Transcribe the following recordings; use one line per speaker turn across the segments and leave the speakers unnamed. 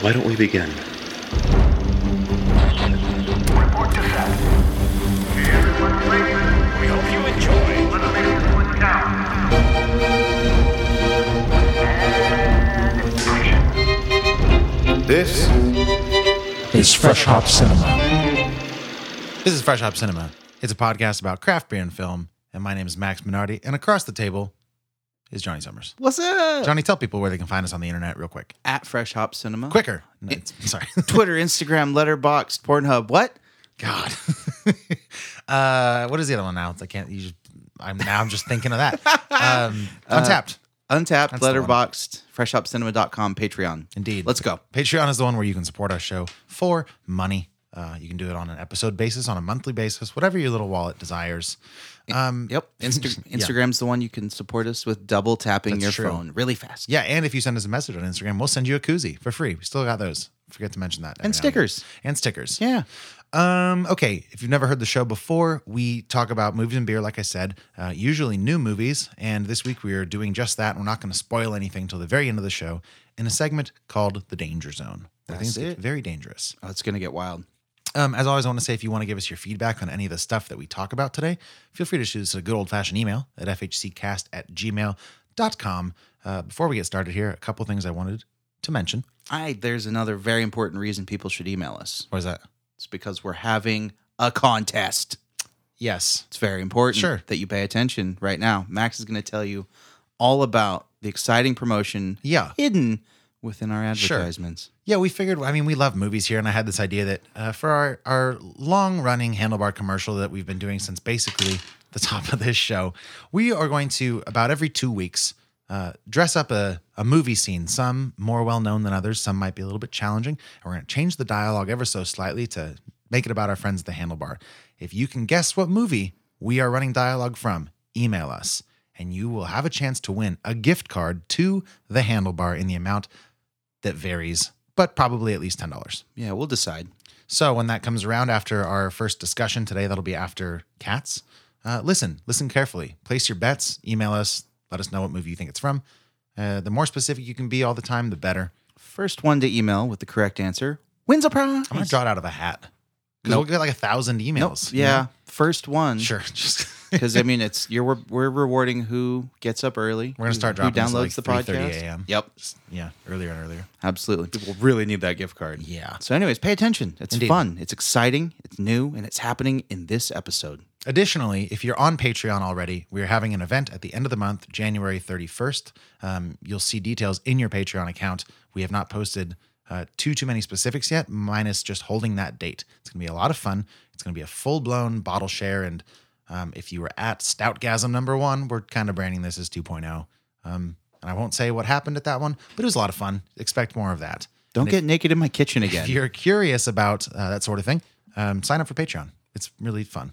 Why don't we begin?
Report to set. Hey, everyone, please. We hope you enjoy. Let's make this one count. And action.
This
It's Fresh Hop Cinema.
This is Fresh Hop Cinema. It's a podcast about craft beer and film, and my name is Max Minardi, and across the table is Johnny Summers.
What's up?
Johnny, tell people where they can find us on the internet real quick.
At Fresh Hop Cinema.
Quicker. No, it's- sorry.
Twitter, Instagram, Letterboxd, Pornhub. What?
God. uh, what is the other one now? I can't you just I'm now I'm just thinking of that. Um, untapped.
Untapped,
the one.
Letterboxd, freshhopcinema.com, Patreon.
Indeed.
Let's go.
Patreon is the one where you can support our show for money. Uh, you can do it on an episode basis, on a monthly basis, whatever your little wallet desires. Mm,
Yep. Insta- Instagram's the one you can support us with double tapping
That's
your
true.
phone really fast.
Yeah, and if you send us a message on Instagram, we'll send you a koozie for free. We still got those. Forget to mention that. every
And
now
stickers.
And, and stickers.
Yeah.
Um, okay, if you've never heard the show before, we talk about movies and beer, like I said, uh, usually new movies. And this week we are doing just that. We're not going to spoil anything till the very end of the show in a segment called The Danger Zone. where things get very dangerous.
Oh, it's going to get wild.
Um, as always, I want to say if you want to give us your feedback on any of the stuff that we talk about today, feel free to shoot us a good old fashioned email at fhccast at gmail.com. Uh, before we get started here, a couple things I wanted to mention.
I, there's another very important reason people should email us.
What is that?
It's because we're having a contest.
Yes.
It's very important
Sure.
that you pay attention right now. Max is going to tell you all about the exciting promotion
Yeah.
hidden within our
Sure.
advertisements.
Yeah, we figured. I mean, we love movies here, and I had this idea that uh, for our our long running handlebar commercial that we've been doing since basically the top of this show, we are going to about every two weeks uh, dress up a a movie scene. Some more well known than others. Some might be a little bit challenging. And we're going to change the dialogue ever so slightly to make it about our friends at the handlebar. If you can guess what movie we are running dialogue from, email us, and you will have a chance to win a gift card to the handlebar in the amount that varies, but probably at least ten dollars.
Yeah, we'll decide.
So when that comes around after our first discussion today, that'll be after cats. Uh, listen, listen carefully. Place your bets. Email us. Let us know what movie you think it's from. Uh, the more specific you can be all the time, the better.
First one to email with the correct answer wins a prize.
I'm gonna draw it out of a hat because we'll get like a thousand
Nope.
emails. you
Yeah,
know?
first one.
sure. Just
Because I mean, it's you're we're, we're rewarding who gets up early.
We're gonna start
who
dropping this at,
downloads
like,
the
3:30
podcast.
a.m..
Yep,
yeah, earlier and earlier.
absolutely. People really need that gift card.
Yeah.
So, anyways, pay attention. It's
Indeed.
fun. It's exciting. It's new, and it's happening in this episode.
Additionally, if you're on Patreon already, we're having an event at the end of the month, January 31st. Um, you'll see details in your Patreon account. We have not posted uh, too too many specifics yet, minus just holding that date. It's going to be a lot of fun. It's going to be a full blown bottle share. And um, if you were at Stoutgasm number one, we're kind of branding this as 2.0. Um, and I won't say what happened at that one, but it was a lot of fun. Expect more of that.
Don't
And if-
get naked in my kitchen again.
if you're curious about uh, that sort of thing, um, sign up for Patreon. It's really fun.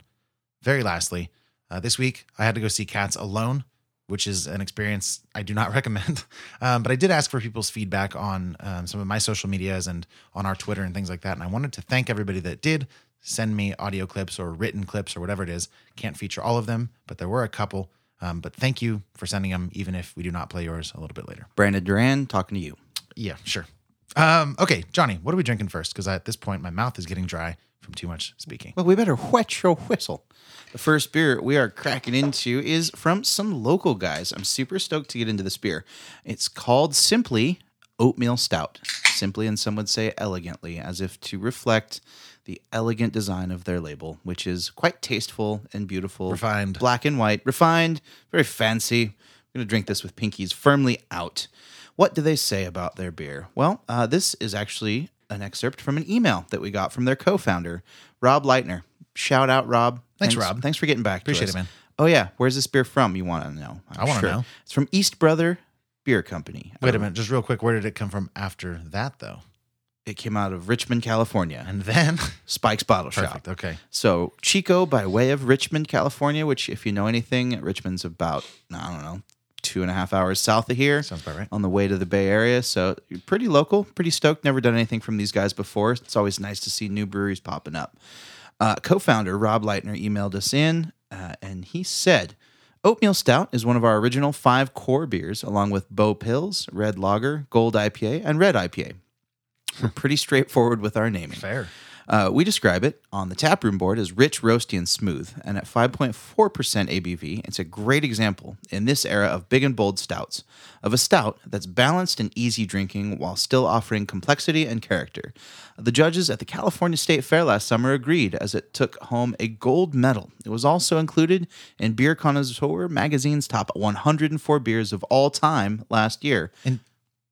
Very lastly, uh, this week I had to go see Cats alone, which is an experience I do not recommend. Um, but I did ask for people's feedback on um, some of my social medias and on our Twitter and things like that. And I wanted to thank everybody that did send me audio clips or written clips or whatever it is. Can't feature all of them, but there were a couple. Um, but thank you for sending them, even if we do not play yours a little bit later.
Brandon Duran talking to you.
Yeah, sure. Um, okay, Johnny, what are we drinking first? Because at this point, my mouth is getting dry from too much speaking.
Well, we better wet your whistle. The first beer we are cracking into is from some local guys. I'm super stoked to get into this beer. It's called simply Oatmeal Stout. Simply, and some would say elegantly, as if to reflect the elegant design of their label, which is quite tasteful and beautiful.
Refined.
Black and white, refined, very fancy. I'm going to drink this with pinkies firmly out. What do they say about their beer? Well, uh, this is actually an excerpt from an email that we got from their co founder, Rob Leitner. Shout out, Rob.
Thanks, Rob.
Thanks for getting back
Appreciate
to us.
it, man.
Oh, yeah. Where's this beer from? You want to know? I'm
I wanna know.
It's from East Brother Beer Company.
Wait a minute, just real quick, where did it come from after that, though?
It came out of Richmond, California.
And then,
Spike's Bottle Shop.
perfect. Okay,
So Chico, by way of Richmond, California, which, if you know anything, Richmond's about I don't know two and a half hours south of here.
Sounds about right.
On the way to the Bay Area, so you're pretty local, pretty stoked. Never done anything from these guys before. It's always nice to see new breweries popping up. Uh, co-founder Rob Leitner emailed us in, uh, and he said. Oatmeal Stout is one of our original five core beers, along with Bow Pills, Red Lager, Gold IPA, and Red IPA. We're pretty straightforward with our naming.
Fair.
Uh, we describe it on the taproom board as rich, roasty, and smooth. And at 5.4% ABV, it's a great example in this era of big and bold stouts of a stout that's balanced and easy drinking while still offering complexity and character. The judges at the California State Fair last summer agreed as it took home a gold medal. It was also included in Beer Connoisseur magazine's top 104 beers of all time last year.
And-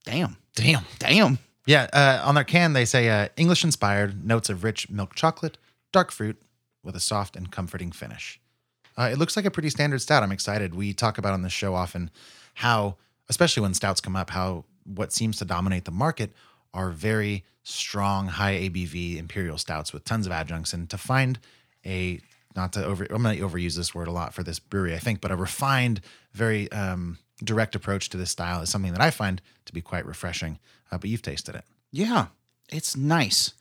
damn,
Damn.
damn.
Yeah, uh, on their can they say uh, English inspired notes of rich milk chocolate, dark fruit, with a soft and comforting finish. Uh, it looks like a pretty standard stout. I'm excited. We talk about on this show often how, especially when stouts come up, how what seems to dominate the market are very strong, high ABV imperial stouts with tons of adjuncts. And to find a not to over, I'm going to overuse this word a lot for this brewery, I think, but a refined, very um, direct approach to this style is something that I find to be quite refreshing. Uh, but you've tasted it.
Yeah, it's nice.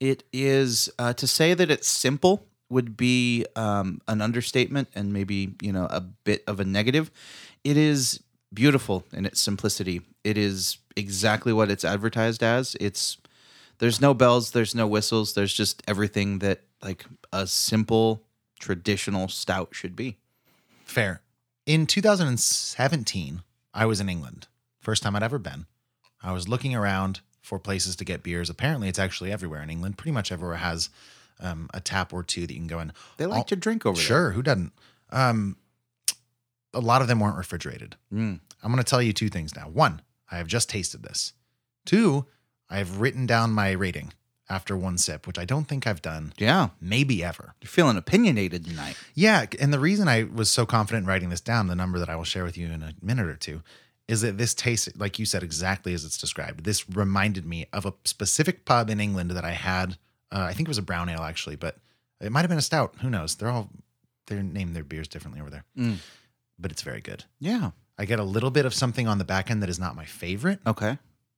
It is uh, to say that it's simple would be um, an understatement and maybe you know a bit of a negative. It is beautiful in its simplicity. It is exactly what it's advertised as. It's there's no bells, there's no whistles, there's just everything that like a simple traditional stout should be.
Fair. In 2017, I was in England. First time I'd ever been. I was looking around for places to get beers. Apparently, it's actually everywhere in England. Pretty much everywhere has um, a tap or two that you can go in.
They like
All-
to drink over there.
Oh, Sure, who doesn't? Um, a lot of them weren't refrigerated.
Mm.
I'm going to tell you two things now. One, I have just tasted this. Two, I have written down my rating after one sip, which I don't think I've done
Yeah,
maybe ever.
you're feeling opinionated tonight.
Yeah, and the reason I was so confident in writing this down, the number that I will share with you in a minute or two, is that this tastes like you said exactly as it's described. This reminded me of a specific pub in England that I had. Uh, I think it was a brown ale actually, but it might have been a stout. Who knows? They're all they name their beers differently over there,
Mm.
but it's very good.
Yeah.
I get a little bit of something on the back end that is not my favorite,
Okay.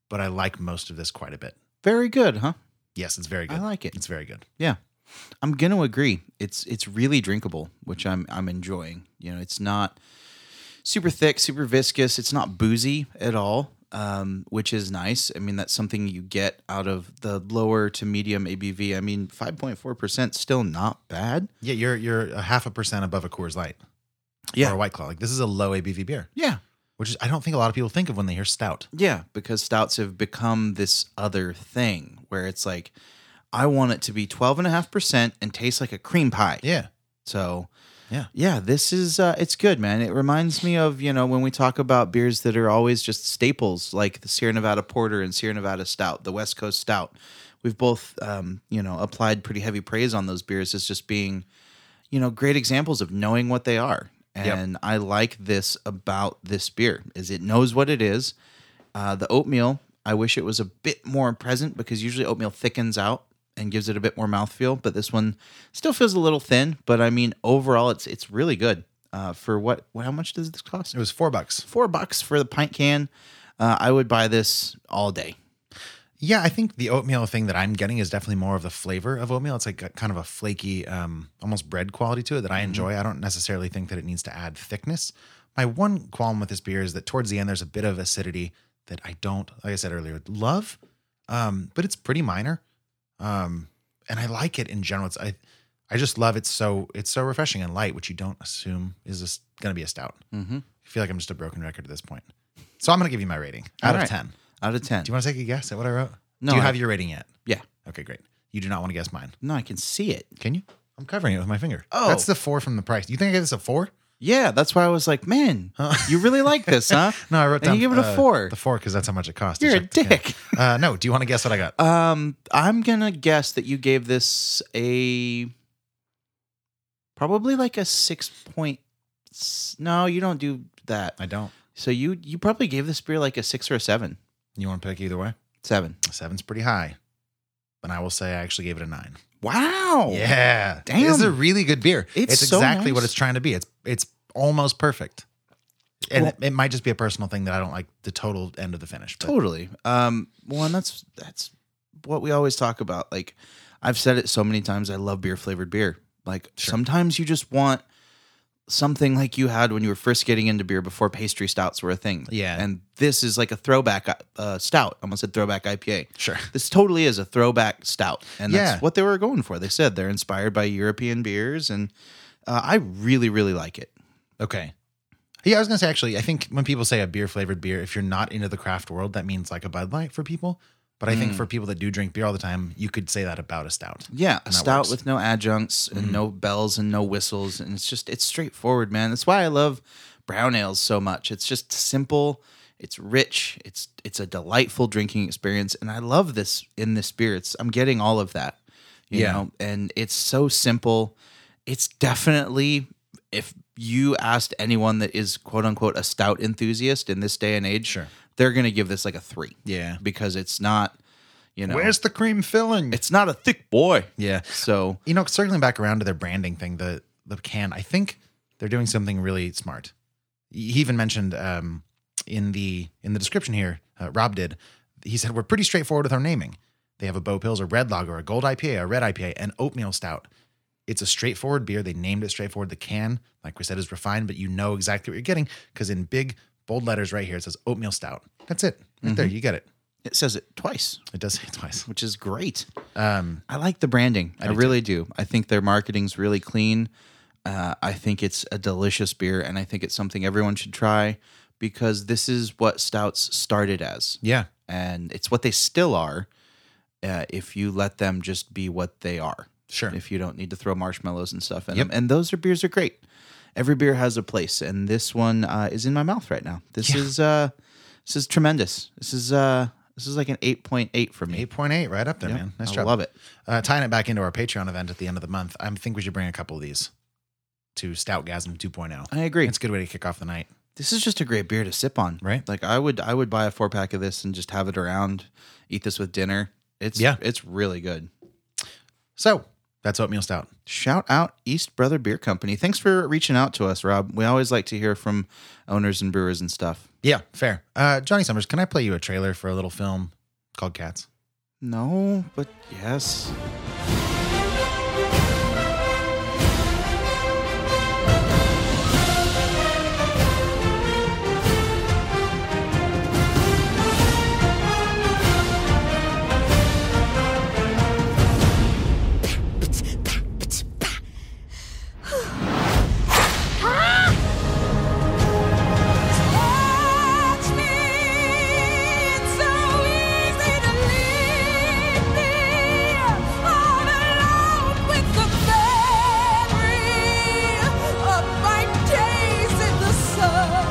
but I like most of this quite a bit.
Very good, huh?
Yes, it's very good.
I like it.
It's very good.
Yeah. I'm going to agree. It's it's really drinkable, which I'm I'm enjoying. You know, it's not super thick, super viscous. It's not boozy at all, um, which is nice. I mean, that's something you get out of the lower to medium ABV. I mean, 5.4% still not bad.
Yeah, you're you're a half a percent above a Coors Light or
Yeah.
a White Claw. Like this is a low ABV beer.
Yeah.
which is I don't think a lot of people think of when they hear stout.
Yeah, because stouts have become this other thing where it's like I want it to be 12.5% and taste like a cream pie.
Yeah.
So,
Yeah.
yeah, this is uh, it's good, man. It reminds me of you know when we talk about beers that are always just staples, like the Sierra Nevada Porter and Sierra Nevada Stout, the West Coast Stout. We've both um, you know applied pretty heavy praise on those beers as just being you know great examples of knowing what they are. And I like this about this beer is it knows what it is. Uh, the oatmeal, I wish it was a bit more present because usually oatmeal thickens out and gives it a bit more mouthfeel, but this one still feels a little thin. But I mean, overall, it's it's really good. Uh, for what, what? How much does this cost?
It was four bucks.
Four bucks for the pint can. Uh, I would buy this all day.
Yeah, I think the oatmeal thing that I'm getting is definitely more of the flavor of oatmeal. It's like a, kind of a flaky, um, almost bread quality to it that I enjoy. I don't necessarily think that it needs to add thickness. My one qualm with this beer is that towards the end there's a bit of acidity that I don't, like I said earlier, love, um, but it's pretty minor, um, and I like it in general. It's I, I just love it so it's so refreshing and light, which you don't assume is going to be a stout.
Mm-hmm.
I feel like I'm just a broken record at this point. So I'm going to give you my rating out
All
of
right.
10.
Out of ten.
Do you want to take a guess at what I wrote?
No,
Do you
I-
have your rating yet?
yeah.
Okay, great. You do not want to guess mine.
No, I can see it.
Can you? I'm covering it with my finger.
Oh.
That's the four from the price. You think I gave this a four?
Yeah, that's why I was like, man,
Huh?
you really like this, huh?
No, I wrote
And
down.
you give it a
uh,
four.
The four because that's how much it cost. to
You're a
check the can.
dick.
Uh, no. Do you want to guess what I got?
Um, I'm gonna guess that you gave this a probably like a six point. s- No, you don't do that.
I don't.
So you you probably gave this beer like a six or a seven.
You want to pick either way?
Seven.
Seven's pretty high. And I will say I actually gave it a nine.
Wow.
Yeah.
Damn.
This is a really good beer.
It's so
exactly what
nice.
it's trying to be. It's it's almost perfect. And
Well-
it, it might just be a personal thing that I don't like the total end of the finish. but-
Totally. Um. Well, and that's that's what we always talk about. Like, I've said it so many times. I love beer flavored beer. Like sometimes you just want something like you had when you were first getting into beer before pastry stouts were a thing.
Yeah.
And this is like a throwback uh, stout. I almost said throwback IPA.
Sure.
This totally is a throwback stout. And that's
Yeah.
what they were going for. They said they're inspired by European beers. And uh, I really, really like it.
Okay. Yeah, I was gonna say actually, I think when people say a beer flavored beer, if you're not into the craft world, that means like a Bud Light for people. But I think for people that do drink beer all the time, you could say that about a stout.
Yeah, a
And that
stout
works. Mm-hmm.
with no adjuncts and no bells and no whistles, and it's just it's straightforward, man. That's why I love brown ales so much. It's just simple, it's rich, it's it's a delightful drinking experience, and I love this in this beer. It's I'm getting all of that, you
Yeah.
know, and it's so simple. It's definitely if you asked anyone that is quote unquote a stout enthusiast in this day and age,
Sure.
they're gonna give this like a three,
Yeah.
because it's not, you know,
Where's the cream filling?
it's not a thick boy.
yeah.
So
You know, circling back around to their branding thing, the the can, I think they're doing something really smart. He even mentioned um, in the in the description here, uh, Rob did. He said we're pretty straightforward with our naming. They have a Bow Pills, a Red Lager, a Gold IPA, a Red IPA, and Oatmeal Stout. It's a straightforward beer. They named it straightforward. The can, like we said, is refined, but you know exactly what you're getting because in big bold letters right here it says Oatmeal Stout. That's it. Right there,
Mm-hmm.
you get it.
It says it twice,
It does say it twice.
which is great.
Um,
I like the branding. I, really do. I think their marketing's really clean. Uh, I think it's a delicious beer, and I think it's something everyone should try because this is what stouts started as,
yeah,
and it's what they still are. Uh, if you let them just be what they are,
sure.
if you don't need to throw marshmallows and stuff in
Yep.
them, and those are beers are great. Every beer has a place, and this one uh, is in my mouth right now. This is uh, this is tremendous. This is uh, this is like an eight point eight for me.
Eight point eight, right up there, man. Nice
I
job.
love it.
Uh, tying it back into our Patreon event at the end of the month, I think we should bring a couple of these to Stoutgasm 2.0.
I agree.
It's a good way to kick off the night.
this is just a great beer to sip on,
Right.
Like I would, I would buy a four pack of this and just have it around, eat this with dinner. It's
Yeah.
it's really good.
So that's oatmeal stout.
Shout out East Brother Beer Company. Thanks for reaching out to us, Rob. We always like to hear from owners and brewers and stuff.
Yeah, fair. Uh, Johnny Summers, can I play you a trailer for a little film called Cats?
No, but yes.
Touch me, it's so easy to live here, all alone with the memory of my days in the sun.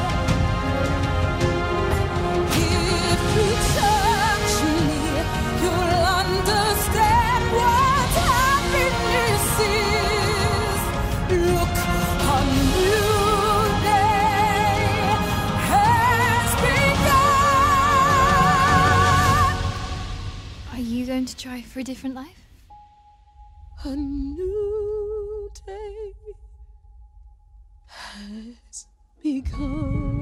If you touch me, you'll understand what happiness is. Look, a new day has begun.
Are you going to try for a different life?
A new day has begun.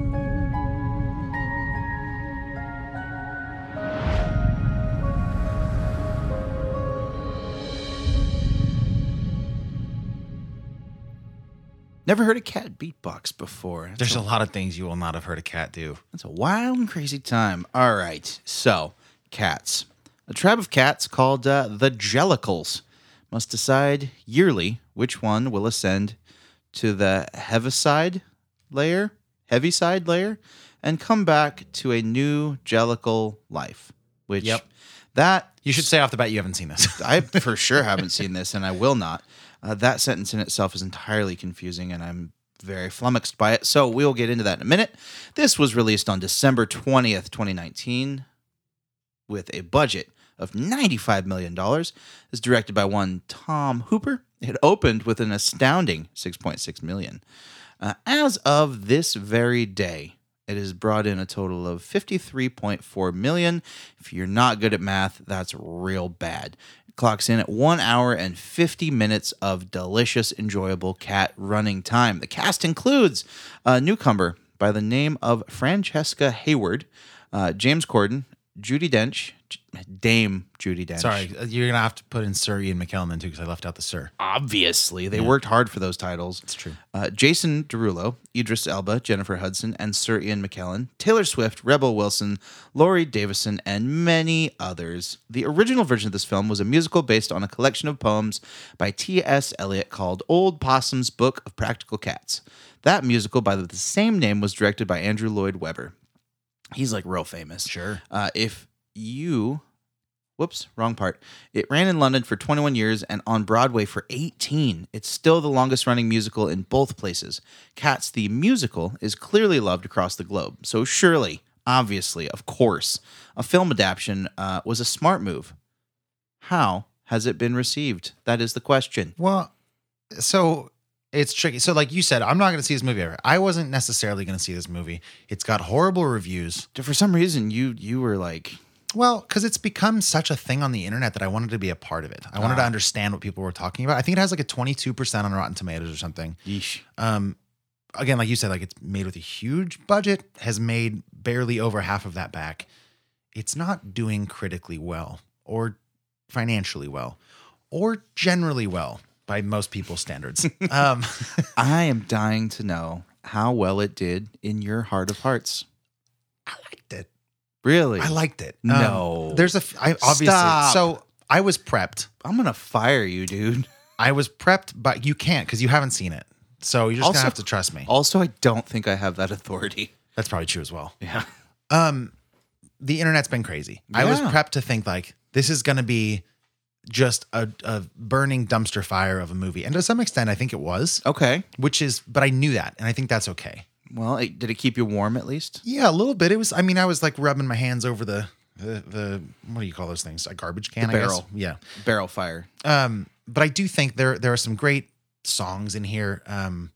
Never heard a cat beatbox before. That's
There's a lot of things you will not have heard a cat do.
It's a wild and crazy time. All right. So, cats. A tribe of cats called uh, the Jellicles must decide yearly which one will ascend to the heaviside layer, heavy side layer, and come back to a new Jellicle life. Which
Yep.
that
You should say off the bat you haven't seen this.
I for sure haven't seen this, and I will not. Uh, that sentence in itself is entirely confusing, and I'm very flummoxed by it. So we'll get into that in a minute. This was released on December 20th, 2019, with a budget of $95 million. It's directed by one Tom Hooper. It opened with an astounding 6.6 million. Uh, as of this very day, it has brought in a total of 53.4 million. If you're not good at math, that's real bad. It clocks in at one hour and 50 minutes of delicious, enjoyable cat running time. The cast includes a newcomer by the name of Francesca Hayward, uh, James Corden, Judy Dench, Dame Judy Dench.
Sorry, uh, you're gonna have to put in Sir Ian McKellen then too, because I left out the Sir.
obviously they worked hard for those titles. It's
true.
Uh, Jason Derulo, Idris Elba, Jennifer Hudson, and Sir Ian McKellen, Taylor Swift, Rebel Wilson, Laurie Davison, and many others. The original version of this film was a musical based on a collection of poems by T.S. Eliot called Old Possum's Book of Practical Cats. That musical by the same name was directed by Andrew Lloyd Webber. He's like real famous.
Sure.
Uh, if you, whoops, wrong part. It ran in London for 21 years and on Broadway for 18. It's still the longest running musical in both places. Cats the musical is clearly loved across the globe. So surely, obviously, of course, a film adaptation uh, was a smart move. How has it been received? That is the question.
Well, so it's tricky. So, like you said, I'm not gonna see this movie ever. I wasn't necessarily gonna see this movie. It's got horrible reviews.
For some reason, you you were like,
Well, because it's become such a thing on the internet that I wanted to be a part of it. I wanted to understand what people were talking about. I think it has like a 22% on Rotten Tomatoes or something.
yeesh.
Um, again, like you said, like it's made with a huge budget, has made barely over half of that back. It's not doing critically well or financially well or generally well by most people's standards. um,
I am dying to know how well it did in your heart of hearts.
I liked it.
Really?
I liked it. Um,
No.
there's a f- I obviously
Stop.
so I was prepped.
I'm gonna fire you, dude.
I was prepped, but you can't because you haven't seen it. So you're just
Also-
gonna have to trust me.
Also, I don't think I have that authority.
That's probably true as well.
Yeah.
um the internet's been crazy. I was
Yeah.
prepped to think like this is gonna be just a, a burning dumpster fire of a movie. And to some extent I think it was,
Okay.
which is but I knew that and I think that's okay.
Well, it, did it keep you warm at least?
Yeah, a little bit. It was I mean, I was like rubbing my hands over the the, the what do you call those things? A garbage can,
The
I guess.
barrel.
Yeah.
Barrel fire.
Um, but I do think there there are some great songs in here. Um,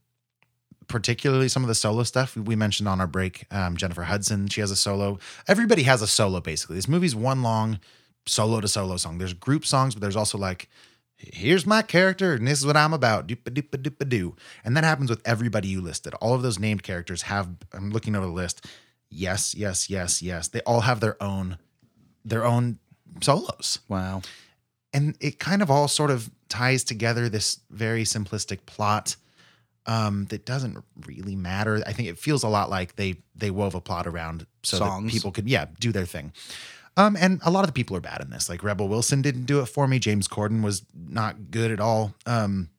particularly some of the solo stuff we- we mentioned on our break. Um, Jennifer Hudson, she has a solo. Everybody has a solo basically. This movie's one long solo to solo song. There's group songs, but there's also like. Here's my character, and this is what I'm about. Doopa doopa doopa doo. And that happens with everybody you listed. All of those named characters have, I'm looking over the list. Yes, yes, yes, yes. They all have their own, their own solos
Wow.
and it kind of all sort of ties together this very simplistic plot um, that doesn't really matter. I think it feels a lot like they they wove a plot around so
Songs.
that people could yeah do their thing. Um, and a lot of the people are bad in this. Like Rebel Wilson didn't do it for me. James Corden was not good at all. Um,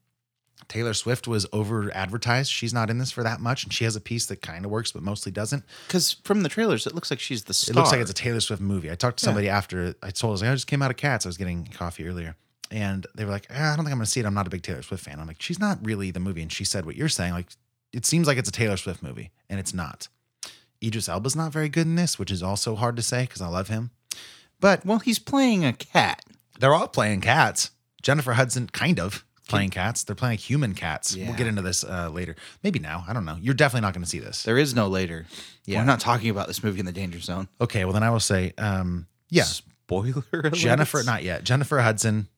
Taylor Swift was over advertised. She's not in this for that much, and she has a piece that kind of works but mostly doesn't.
Because from the trailers, it looks like she's the star.
It looks like it's a Taylor Swift movie. I talked to somebody after I told us I just came out of Cats. I was getting coffee earlier, and they were like, "Ah, "I don't think I'm going to see it. I'm not a big Taylor Swift fan." I'm like, "She's not really the movie." And she said what you're saying. Like, it seems like it's a Taylor Swift movie, and it's not. Idris Elba's not very good in this, which is also hard to say because I love him. But
Well, he's playing a cat.
they're all playing cats. Jennifer Hudson, kind of playing cats. They're playing human cats.
Yeah.
We'll get into this uh, later. Maybe now. I don't know. You're definitely not going to see this.
There is no later.
Yeah.
We're not talking about this movie in the danger zone.
okay. Well, then I will say, um, yeah.
Spoiler alert.
Jennifer, not yet. Jennifer Hudson,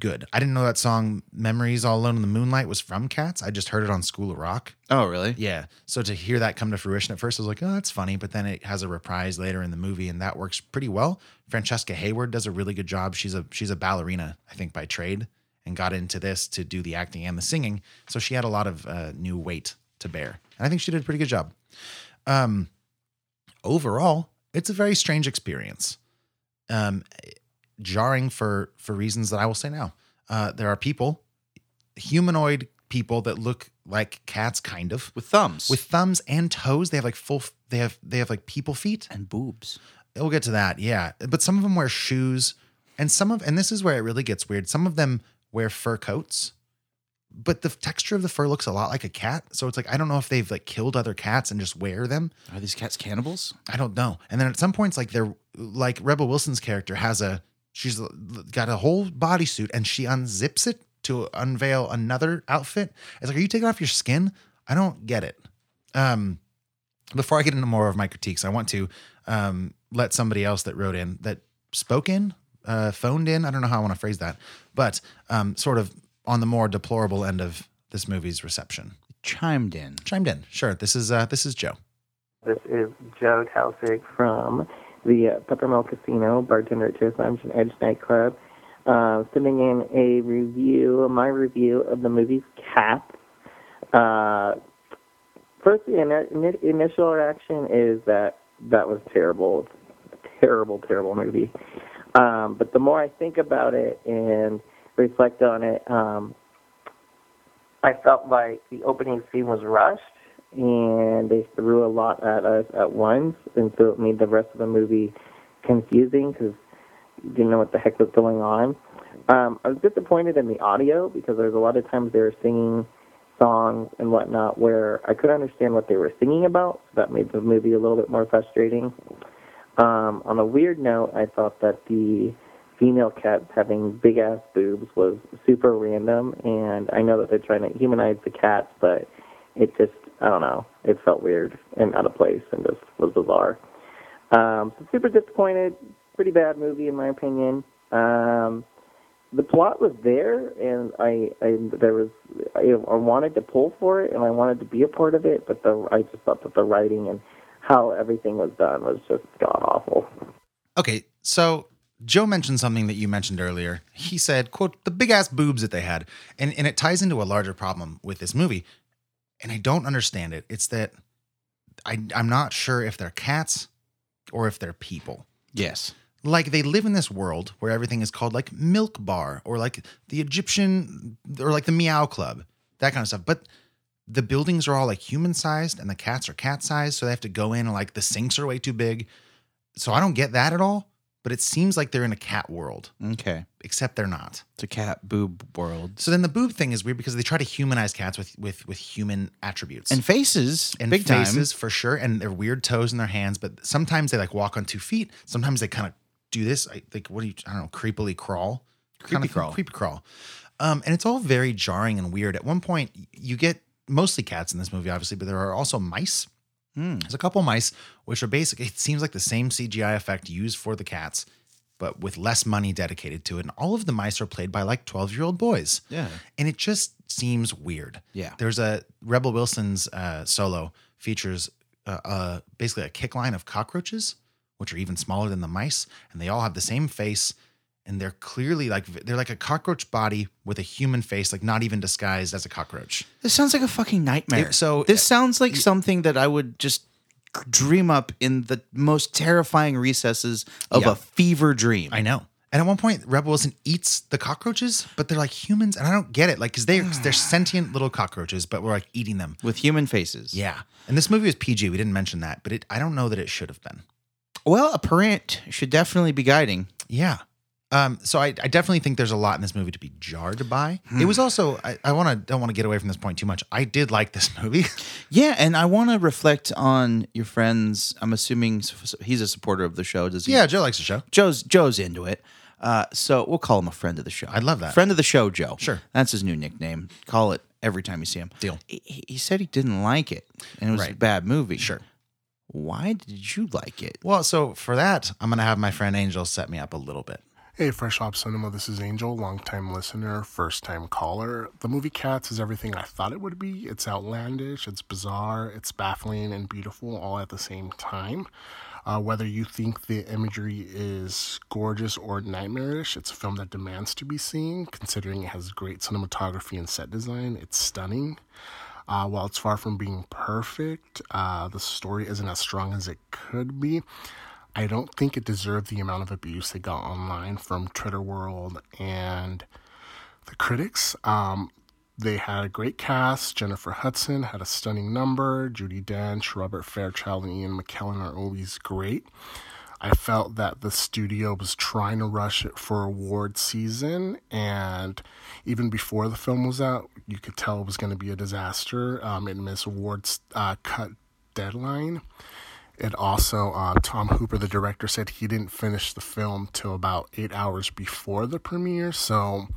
good. I didn't know that song "Memories All Alone in the Moonlight" was from Cats. I just heard it on School of Rock.
Oh, really?
Yeah. So to hear that come to fruition at first, I was like, oh, that's funny. But then it has a reprise later in the movie, and that works pretty well. Francesca Hayward does a really good job. She's a she's a ballerina, I think, by trade, and got into this to do the acting and the singing. So she had a lot of uh, new weight to bear, and I think she did a pretty good job. Um, overall, it's a very strange experience. Um, jarring for for reasons that I will say now. Uh, there are people, humanoid people that look like cats, kind of
With thumbs.
with thumbs and toes. They have like full. They have they have like people feet.
and boobs.
We'll get to that. Yeah, but some of them wear shoes, and some of and this is where it really gets weird. Some of them wear fur coats, but the texture of the fur looks a lot like a cat. So it's like I don't know if they've like killed other cats and just wear them.
Are these cats cannibals?
I don't know. And then at some points, like they're like Rebel Wilson's character has a she's got a whole bodysuit and she unzips it to unveil another outfit. It's like, are you taking off your skin? I don't get it. Um, before I get into more of my critiques, I want to um, let somebody else that wrote in that spoke in, uh, phoned in. I don't know how I want to phrase that, but um, sort of on the more deplorable end of this movie's reception.
Chimed in.
Chimed in. Sure. This is uh, this is Joe.
This is Joe Tausig from the uh, Peppermill Casino, bartender at Toast Lounge and Edge Nightclub, uh, sending in a review, my review of the movie Cats. Uh, first, the ini- ini- initial reaction is that that was terrible, terrible, terrible movie. Um, but the more I think about it and reflect on it, um, I felt like the opening scene was rushed and they threw a lot at us at once, and so it made the rest of the movie confusing because you didn't know what the heck was going on. Um, I was disappointed in the audio because there's a lot of times they were singing songs and whatnot where I couldn't understand what they were singing about, so that made the movie a little bit more frustrating. Um, on a weird note, I thought that the female cats having big ass boobs was super random, and I know that they're trying to humanize the cats, but it just, I don't know, it felt weird and out of place and just was bizarre. Um, so super disappointed, pretty bad movie in my opinion. Um, the plot was there, and I, I there was I, I wanted to pull for it, and I wanted to be a part of it, but the I just thought that the writing and how everything was done was just god awful.
Okay, so Joe mentioned something that you mentioned earlier. He said, quote, the big ass boobs that they had. And and it ties into a larger problem with this movie. And I don't understand it. It's that I I'm not sure if they're cats or if they're people
Yes.
like they live in this world where everything is called like milk bar or like the Egyptian or like the meow club, that kind of stuff. But the buildings are all like human sized and the cats are cat sized. So they have to go in and like the sinks are way too big. So I don't get that at all. But it seems like they're in a cat world,
Okay.
except they're not.
It's a cat boob world.
So then the boob thing is weird because they try to humanize cats with with with human attributes
And faces.
and
big
faces for sure, and their weird toes in their hands. But sometimes they like walk on two feet. Sometimes they kind of do this. I think what do you? I don't know. Creepily crawl. Kinda
Creepy
thing,
crawl.
Creepy crawl. Um, and it's all very jarring and weird. At one point, y- you get mostly cats in this movie, obviously, but there are also mice.
Hmm.
There's a couple mice, which are basic. It seems like the same CGI effect used for the cats, but with less money dedicated to it. And all of the mice are played by like 12 year old boys
time. Yeah.
and it just seems weird.
Yeah.
There's a Rebel Wilson's uh, solo features uh, uh, basically a kick line of cockroaches, which are even smaller than the mice, and they all have the same face, and they're clearly like they're like a cockroach body with a human face, like not even disguised as a cockroach.
This sounds like a fucking nightmare.
It- so- uh,
this sounds like something that I would just dream up in the most terrifying recesses of
Yeah.
a fever dream.
I know. And at one point, Rebel Wilson eats the cockroaches, but they're like humans, and I don't get it, like because they they're sentient little cockroaches, but we're like eating them.
with human faces.
Yeah. And this movie was PG. We didn't mention that, but it, I don't know that it should have been.
Well, a parent should definitely be guiding.
Yeah. Um, so I, I definitely think there's a lot in this movie to be jarred by. It was also I, I wanna don't want to get away from this point too much. I did like this movie.
Yeah, and I want to reflect on your friends. I'm assuming s- he's a supporter of the show. Does he?
yeah, Joe likes the show.
Joe's Joe's into it. Uh, so we'll call him a friend of the show.
I'd love that.
Friend of the show, Joe.
Sure.
That's his new nickname. Call it every time you see him.
Deal.
He, he- he said he didn't like it and it was a
Right.
bad movie.
Sure.
Why did you like it?
Well, so for that, I'm gonna have my friend Angel set me up a little bit.
Hey, Fresh Hop Cinema, this is Angel, longtime listener, first time caller. The movie Cats is everything I thought it would be. It's outlandish, it's bizarre, it's baffling and beautiful all at the same time. Uh, whether you think the imagery is gorgeous or nightmarish, it's a film that demands to be seen, considering it has great cinematography and set design. It's stunning. Uh, while it's far from being perfect, uh, the story isn't as strong as it could be. I don't think it deserved the amount of abuse it got online from Twitter World and the critics. Um, they had a great cast. Jennifer Hudson had a stunning number. Judy Dench, Robert Fairchild, and Ian McKellen are always great. I felt that the studio was trying to rush it for award season, and even before the film was out, you could tell it was going to be a disaster. Um, it missed awards uh, cut deadline. It also, uh, Tom Hooper, the director, said he didn't finish the film till about eight hours before the premiere. So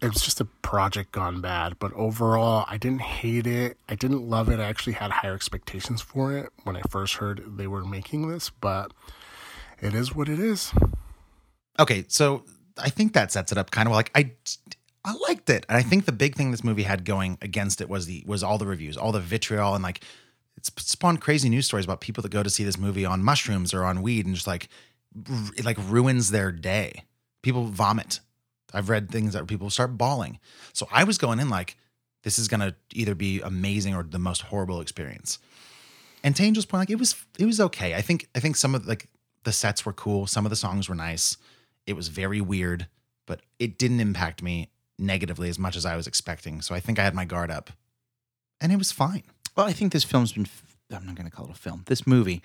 it was just a project gone bad. But overall, I didn't hate it. I didn't love it. I actually had higher expectations for it when I first heard they were making this, but it is what it is.
Okay, so I think that sets it up kind of like I I liked it. And I think the big thing this movie had going against it was the was all the reviews, all the vitriol and like it's spawned crazy news stories about people that go to see this movie on mushrooms or on weed and just like r- it like ruins their day. People vomit. I've read things that people start bawling. So I was going in like this is going to either be amazing or the most horrible experience. And to Angel's point, like it was it was okay. I think I think some of like the sets were cool, some of the songs were nice. It was very weird, but it didn't impact me negatively as much as I was expecting. So I think I had my guard up. And it was fine.
Well, I think this film's been. f- I'm not going to call it a film. This movie.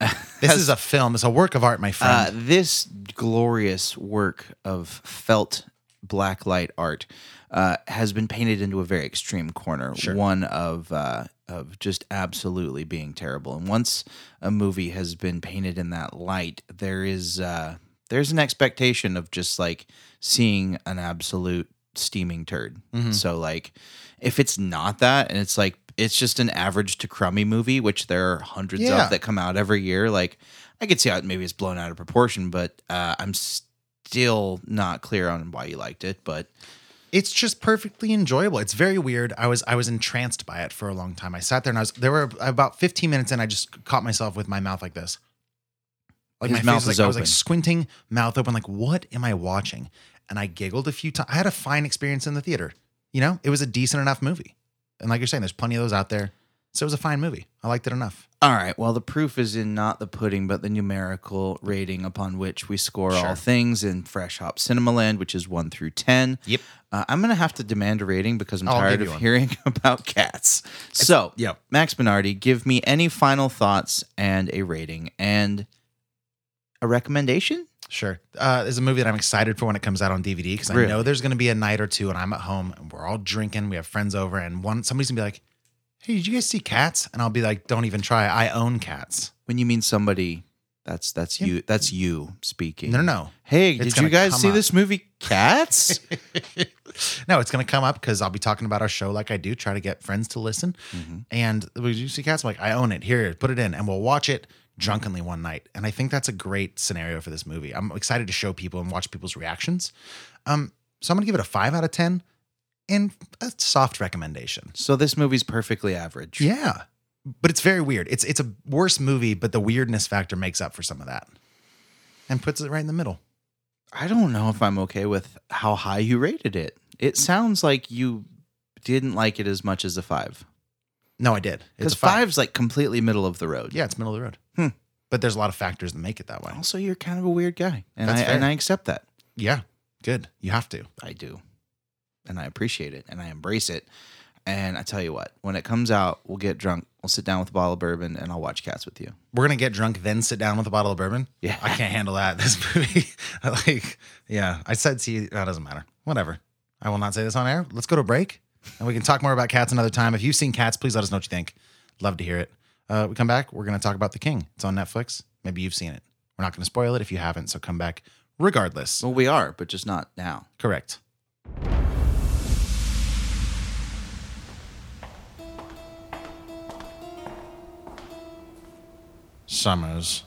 This is a film. It's a work of art, my
Uh,
friend.
this glorious work of felt blacklight art uh, has been painted into a very extreme corner. One of uh, of just absolutely being terrible. And once a movie has been painted in that light, there is uh, there's an expectation of just like seeing an absolute steaming turd. So like, if it's not that, and it's like it's just an average to crummy movie, which there are hundreds
Yeah.
of that come out every year. Like I could see how it maybe it's blown out of proportion, but uh, I'm still not clear on why you liked it. But
it's just perfectly enjoyable. It's very weird. I was I was entranced by it for a long time. I sat there and I was there were about 15 minutes in. I just caught myself with my mouth like this. Like
His
my
mouth
face was
is
like, I was like
open.
squinting, mouth open, like, what am I watching? And I giggled a few times. I had a fine experience in the theater. You know, it was a decent enough movie. And like you're saying, there's plenty of those out there. So it was a fine movie. I liked it enough.
all right, well the proof is in not the pudding, but the numerical rating upon which we score all things in Fresh Hop Cinemaland, which is one through ten.
Yep.
Uh, I'm gonna have to demand a rating because I'm
I'll
tired
give
of
you one.
hearing about cats. So
yeah.
Max Minardi, give me any final thoughts and a rating and a recommendation.
Sure. Uh, there's a movie that I'm excited for when it comes out on DVD because
Really?
I know there's going to be a night or two and I'm at home and we're all drinking. We have friends over and one somebody's going to be like, hey, did you guys see cats? And I'll be like, don't even try. I own cats.
When you mean somebody, that's that's you. That's you speaking.
No, no, no.
Hey,
It's
did
gonna
you guys
come
see
up.
this movie Cats?
No, it's going to come up because I'll be talking about our show like I do, try to get friends to listen.
Mm-hmm.
And we do see cats. I'm like, I own it. Here, put it in. And we'll watch it drunkenly one night. And I think that's a great scenario for this movie. I'm excited to show people and watch people's reactions. Um, so I'm going to give it a five out of 10 and a soft recommendation.
so this movie's perfectly average.
Yeah. But it's very weird. It's it's a worse movie, but the weirdness factor makes up for some of that. And puts it right in the middle.
I don't know if I'm okay with how high you rated it. It sounds like you didn't like it as much as a five.
No, I did. It's
Because
a five.
five's like completely middle of the road.
Yeah, it's middle of the road.
Hmm.
But there's a lot of factors that make it that way.
Also, you're kind of a weird guy, and
That's
I and
fair.
I accept that.
Yeah. Good. You have to.
I do. And I appreciate it and I embrace it. And I tell you what, when it comes out, we'll get drunk. We'll sit down with a bottle of bourbon and I'll watch cats with you.
We're gonna get drunk, then sit down with a bottle of bourbon.
Yeah.
I can't handle that. This movie. I like, yeah. I said to you, that doesn't matter. Whatever. I will not say this on air. Let's go to a break and we can talk more about cats another time. If you've seen cats, please let us know what you think. Love to hear it. Uh, we come back, we're gonna talk about The King. It's on Netflix. Maybe you've seen it. We're not gonna spoil it if you haven't, so come back regardless.
Well, we are, but just not now.
Correct. Summers,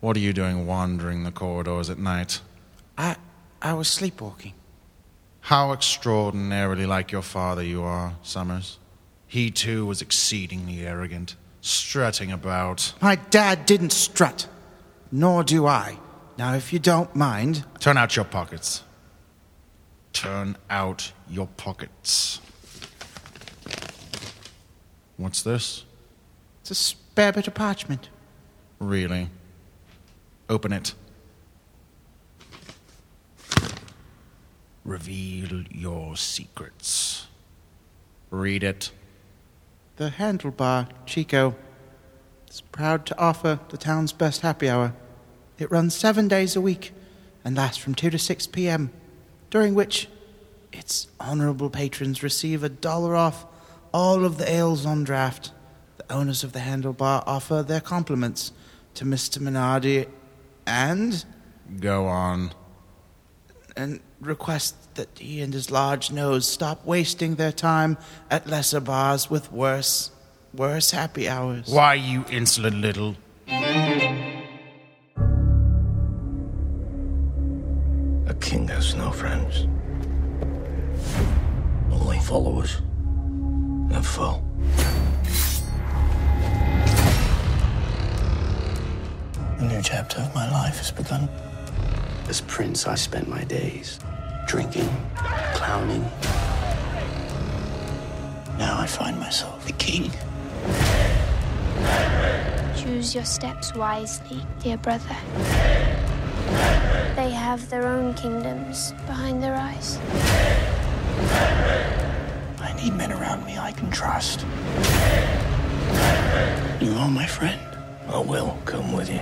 what are you doing wandering the corridors at night?
I I was sleepwalking.
How extraordinarily like your father you are, Summers. He too was exceedingly arrogant, strutting about.
My dad didn't strut, nor do I. Now, if you don't mind,
Turn out your pockets. Turn out your pockets. What's this?
it's a spare bit of parchment.
Really? Open it. Reveal your secrets. Read it.
The handlebar, Chico, is proud to offer the town's best happy hour. It runs seven days a week and lasts from 2 to 6 p.m., during which its honorable patrons receive a dollar off all of the ales on draft. The owners of the handlebar offer their compliments to Mr. Minardi and
Go on.
and request that he and his large nose stop wasting their time at lesser bars with worse, worse happy hours.
Why, you insolent little.
A king has no friends, only followers and foe.
A new chapter of my life has begun.
As Prince, I spent my days drinking, clowning.
Now I find myself a king.
Choose your steps wisely, dear brother. They have their own kingdoms behind their eyes.
I need men around me I can trust. You are my friend. I will come with you.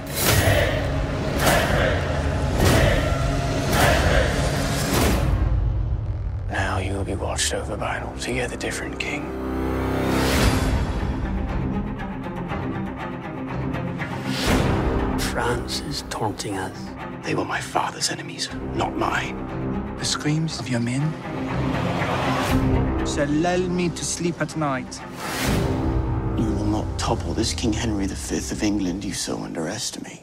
Now you will be watched over by an altogether different king. France is taunting us. They were my father's enemies, not mine.
The screams of your men
shall lull me to sleep at night. You will not topple this King Henry V of England you so underestimate.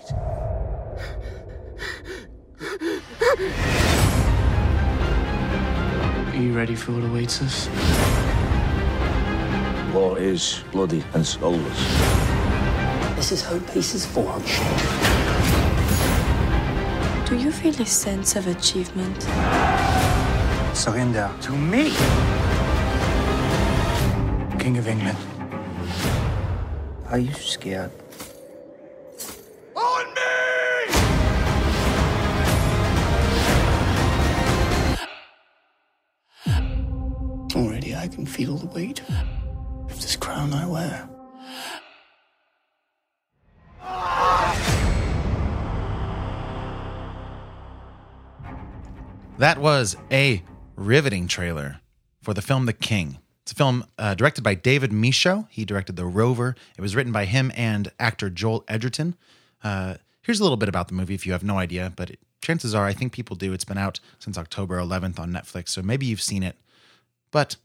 Are you ready for what awaits us?
War is bloody and soulless.
This is how peace is forged.
Do you feel a sense of achievement?
Surrender to me, King of England.
Are you scared?
Already I can feel the weight of this crown I wear.
That was a riveting trailer for the film The King. It's a film uh, directed by David Michaud. He directed The Rover. It was written by him and actor Joel Edgerton. Uh, here's a little bit about the movie if you have no idea, but it, chances are I think people do. It's been out since October 11th on Netflix, so maybe you've seen it. But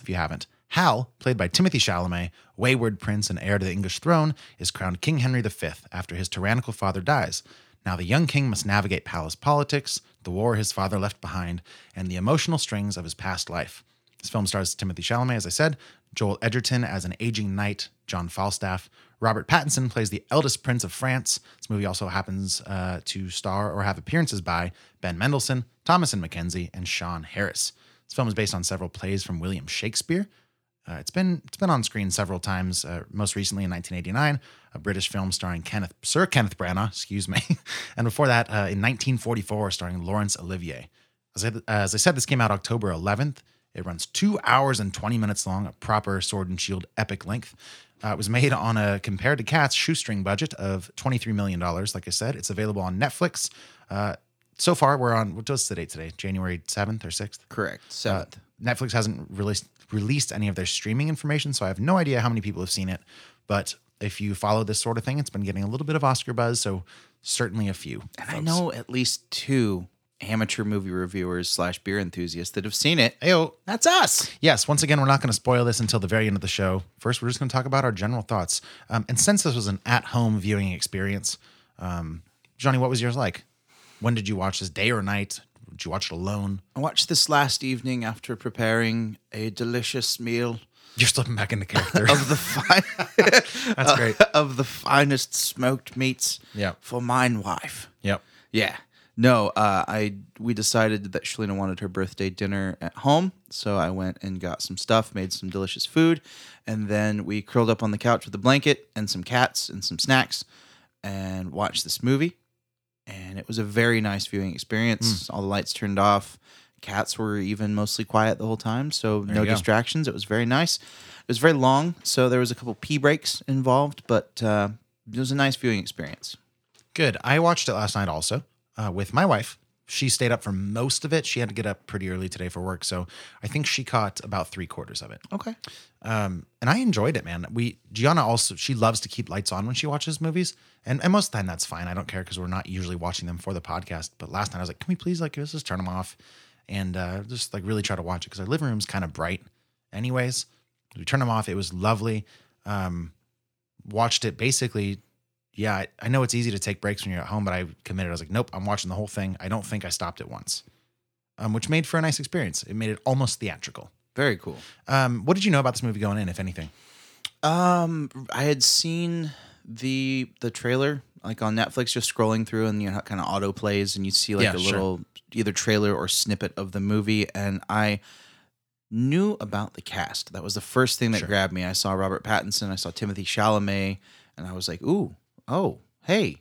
if you haven't, Hal, played by Timothy Chalamet, wayward prince and heir to the English throne, is crowned King Henry V after his tyrannical father dies. Now the young king must navigate palace politics, the war his father left behind, and the emotional strings of his past life. This film stars Timothy Chalamet, as I said, Joel Edgerton as an aging knight, John Falstaff. Robert Pattinson plays the eldest prince of France. This movie also happens uh, to star or have appearances by Ben Mendelsohn, Thomas and Mackenzie, and Sean Harris. This film is based on several plays from William Shakespeare. Uh, it's been it's been on screen several times. Uh, most recently in 1989, a British film starring Kenneth Sir Kenneth Branagh, excuse me, and before that uh, in 1944, starring Laurence Olivier. As I, as I said, this came out October 11th. It runs two hours and 20 minutes long, a proper sword and shield epic length. Uh, it was made on a compared to Cats shoestring budget of 23 million dollars. Like I said, it's available on Netflix. Uh, so far, we're on what was the date today? January 7th or 6th?
Correct. 7th.
Netflix hasn't released released any of their streaming information, so I have no idea how many people have seen it. But if you follow this sort of thing, it's been getting a little bit of Oscar buzz, so certainly a few.
And I know at least two amateur movie reviewers slash beer enthusiasts that have seen it.
Ayo,
that's us.
oh, Yes, once again, we're not going to spoil this until the very end of the show. First, we're just going to talk about our general thoughts. Um, and since this was an at home viewing experience, um, Johnny, what was yours like? When did you watch this? Day or night? Did you watch it alone?
I watched this last evening after preparing a delicious meal
You're slipping back into character.
of the fi-
That's great.
of the finest smoked meats
Yeah.
for mine wife.
Yep.
Yeah. No, uh, I we decided that Shalina wanted her birthday dinner at home, so I went and got some stuff, made some delicious food, and then we curled up on the couch with a blanket and some cats and some snacks, and watched this movie. And it was a very nice viewing experience.
Hmm.
All the lights turned off. Cats were even mostly quiet the whole time, so
There
no
you go.
distractions. It was very nice. It was very long, so there was a couple pee breaks involved, but uh, it was a nice viewing experience.
Good. I watched it last night also uh, with my wife. She stayed up for most of it. She had to get up pretty early today for work, so I think she caught about three quarters of it.
Okay.
Um, and I enjoyed it, man. We Gianna also she loves to keep lights on when she watches movies, and and most of the time that's fine. I don't care because we're not usually watching them for the podcast. But last night I was like, can we please like let's just turn them off, and uh, just like really try to watch it because our living room's kind of bright, anyways. We turned them off. It was lovely. Um, watched it basically. Yeah, I, I know it's easy to take breaks when you're at home, but I committed. I was like, nope, I'm watching the whole thing. I don't think I stopped it once, um, which made for a nice experience. It made it almost theatrical.
Very cool.
Um, what did you know about this movie going in, if anything?
Um, I had seen the the trailer like on Netflix, you're scrolling through and you know, kind of auto plays and you see like
Yeah,
a
sure.
little either trailer or snippet of the movie. And I knew about the cast. That was the first thing that grabbed me. I saw Robert Pattinson, I saw Timothy Chalamet, and I was like, ooh, oh, hey,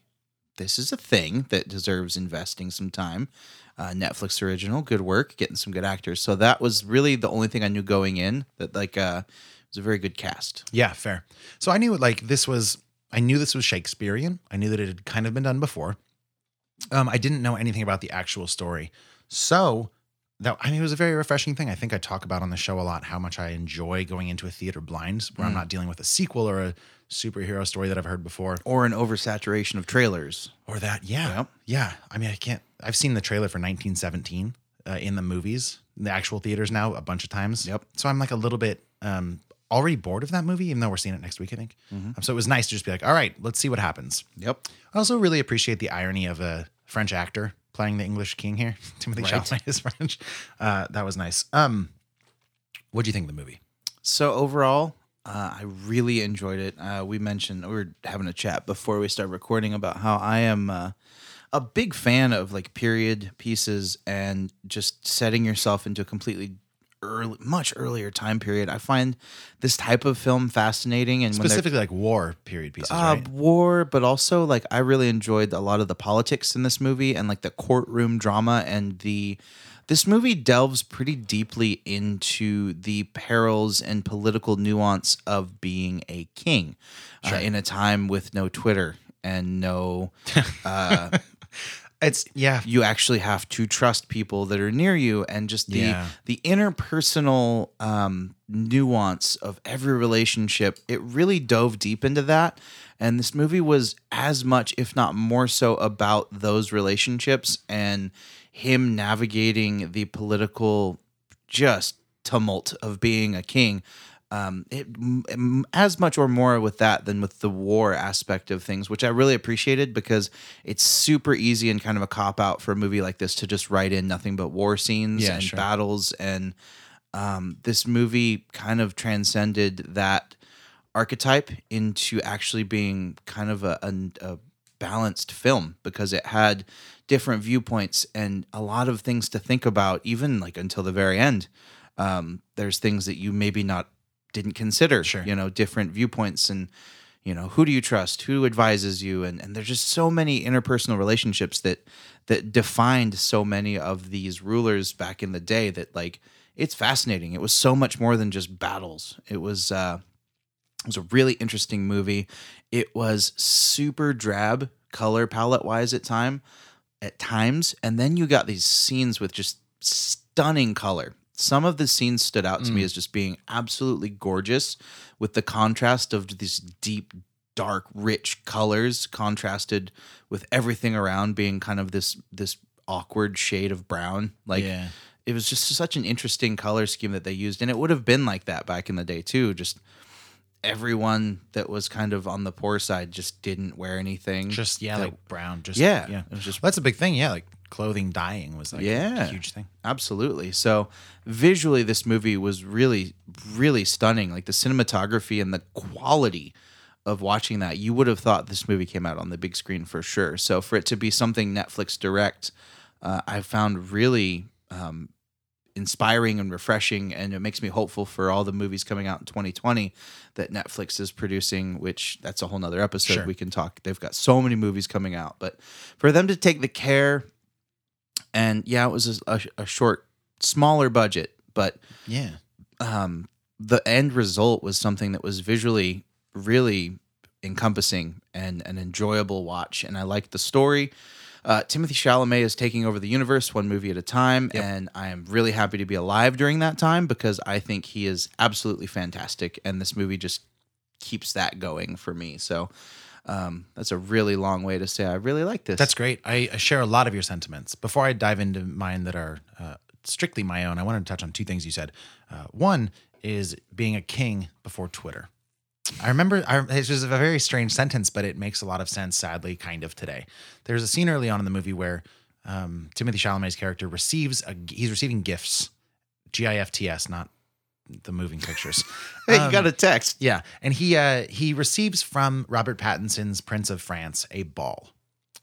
this is a thing that deserves investing some time. Uh, Netflix original, good work, getting some good actors. So that was really the only thing I knew going in that like uh, it was a very good cast.
Yeah, fair. So I knew like this was I knew this was Shakespearean. I knew that it had kind of been done before. Um, I didn't know anything about the actual story. So that I mean it was a very refreshing thing. I think I talk about on the show a lot how much I enjoy going into a theater blind where I'm
Mm.
not dealing with a sequel or a superhero story that I've heard before.
Or an oversaturation of trailers.
Or that, yeah. Yeah. I mean, I can't I've seen the trailer for 1917 uh, in the movies, in the actual theaters now a bunch of times. Yep. So I'm like a little bit um already bored of that movie, even though we're seeing it next week, I think. Um, so it was nice to just be like, all right, let's see what happens.
Mm-hmm. Yep.
I also really appreciate the irony of a French actor playing the English king here. Timothy
Right.
Chalamet is French. Uh, that was nice. Um, what do you think of the movie?
So overall, uh, I really enjoyed it. Uh, we mentioned we were having a chat before we started recording about how I am uh, a big fan of like period pieces and just setting yourself into a completely early, much earlier time period. I find this type of film fascinating and when they're-
Specifically, like war period pieces,
uh,
right?
war, but also like I really enjoyed a lot of the politics in this movie and like the courtroom drama and the this movie delves pretty deeply into the perils and political nuance of being a king uh, in a time with no Twitter and no uh,
it's yeah
you actually have to trust people that are near you and just the
Yeah.
the interpersonal um, nuance of every relationship it really dove deep into that and this movie was as much if not more so about those relationships and him navigating the political just tumult of being a king um, it, m- m- as much or more with that than with the war aspect of things, which I really appreciated because it's super easy and kind of a cop out for a movie like this to just write in nothing but war scenes
Yeah,
and
sure.
battles. And um, this movie kind of transcended that archetype into actually being kind of a, a, a balanced film because it had different viewpoints and a lot of things to think about, even like until the very end. Um, there's things that you maybe not didn't consider, you know, different viewpoints and you know who do you trust who advises you and, and there's just so many interpersonal relationships that that defined so many of these rulers back in the day that like it's fascinating it was so much more than just battles it was uh it was a really interesting movie it was super drab color palette wise at time at times and then you got these scenes with just stunning color some of the scenes stood out to me
Mm.
as just being absolutely gorgeous with the contrast of these deep dark rich colors contrasted with everything around being kind of this this awkward shade of brown like
Yeah.
it was just such an interesting color scheme that they used and it would have been like that back in the day too just everyone that was kind of on the poor side just didn't wear anything
Just Mm-hmm. yeah,
that-
like brown. Just
Yeah,
yeah.
it was just-
that's a big thing. Yeah, like clothing dyeing was like
yeah
a huge thing.
absolutely so visually this movie was really really stunning like the cinematography and the quality of watching that you would have thought this movie came out on the big screen for sure so for it to be something netflix direct uh, i found really um, inspiring and refreshing and it makes me hopeful for all the movies coming out in 2020 that netflix is producing which that's a whole nother episode
Sure.
we can talk they've got so many movies coming out but for them to take the care and yeah it was a, a short smaller budget but
Yeah.
um, the end result was something that was visually really encompassing and an enjoyable watch. And I liked the story. Uh, Timothy Chalamet is taking over the universe one movie at a time, and I am really happy to be alive during that time because I think he is absolutely fantastic, and this movie just keeps that going for me. So um, that's a really long way to say I really like this.
That's great. I, I share a lot of your sentiments. Before I dive into mine that are uh, strictly my own, I wanted to touch on two things you said. Uh, one is being a king before Twitter. I remember I, it's just a very strange sentence, but it makes a lot of sense, sadly, kind of today. There's a scene early on in the movie where um, Timothy Chalamet's character receives a he's receiving gifts, G I F T S, not the moving pictures.
Hey,
um,
you got a text.
Yeah, and he uh, he receives from Robert Pattinson's Prince of France a ball,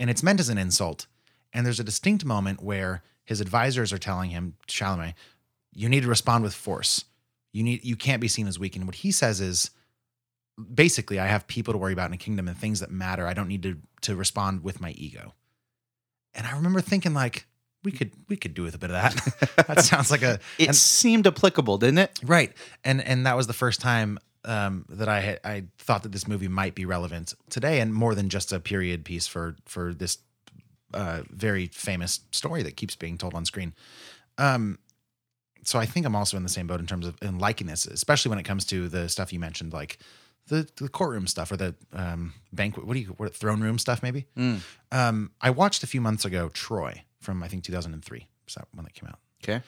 and it's meant as an insult. And there's a distinct moment where his advisors are telling him, Chalamet, you need to respond with force. You need you can't be seen as weak. And what he says is, basically, I have people to worry about in a kingdom and things that matter. I don't need to to respond with my ego. And I remember thinking like. We could we could do with a bit of that. that sounds like a
It
and-
seemed applicable, didn't it?
Right. And and that was the first time um, that I had I thought that this movie might be relevant today and more than just a period piece for for this uh, very famous story that keeps being told on screen. Um, so I think I'm also in the same boat in terms of in liking this, especially when it comes to the stuff you mentioned, like the the courtroom stuff or the um, banquet. What do you what throne room stuff? Maybe.
Mm.
Um, I watched a few months ago Troy from I think 2003. Is that when that came out?
Okay.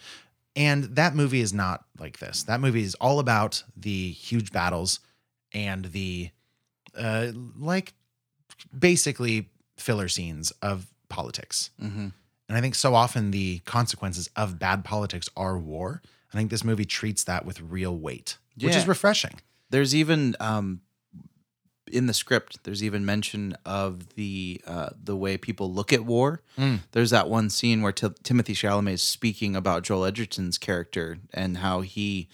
And that movie is not like this. That movie is all about the huge battles and the uh, like basically filler scenes of politics.
Mm-hmm.
And I think so often the consequences of bad politics are war. I think this movie treats that with real weight, which
Yeah.
is refreshing.
There's even um, in the script. There's even mention of the uh, the way people look at war.
Mm.
There's that one scene where Ti- Timothy Chalamet is speaking about Joel Edgerton's character and how he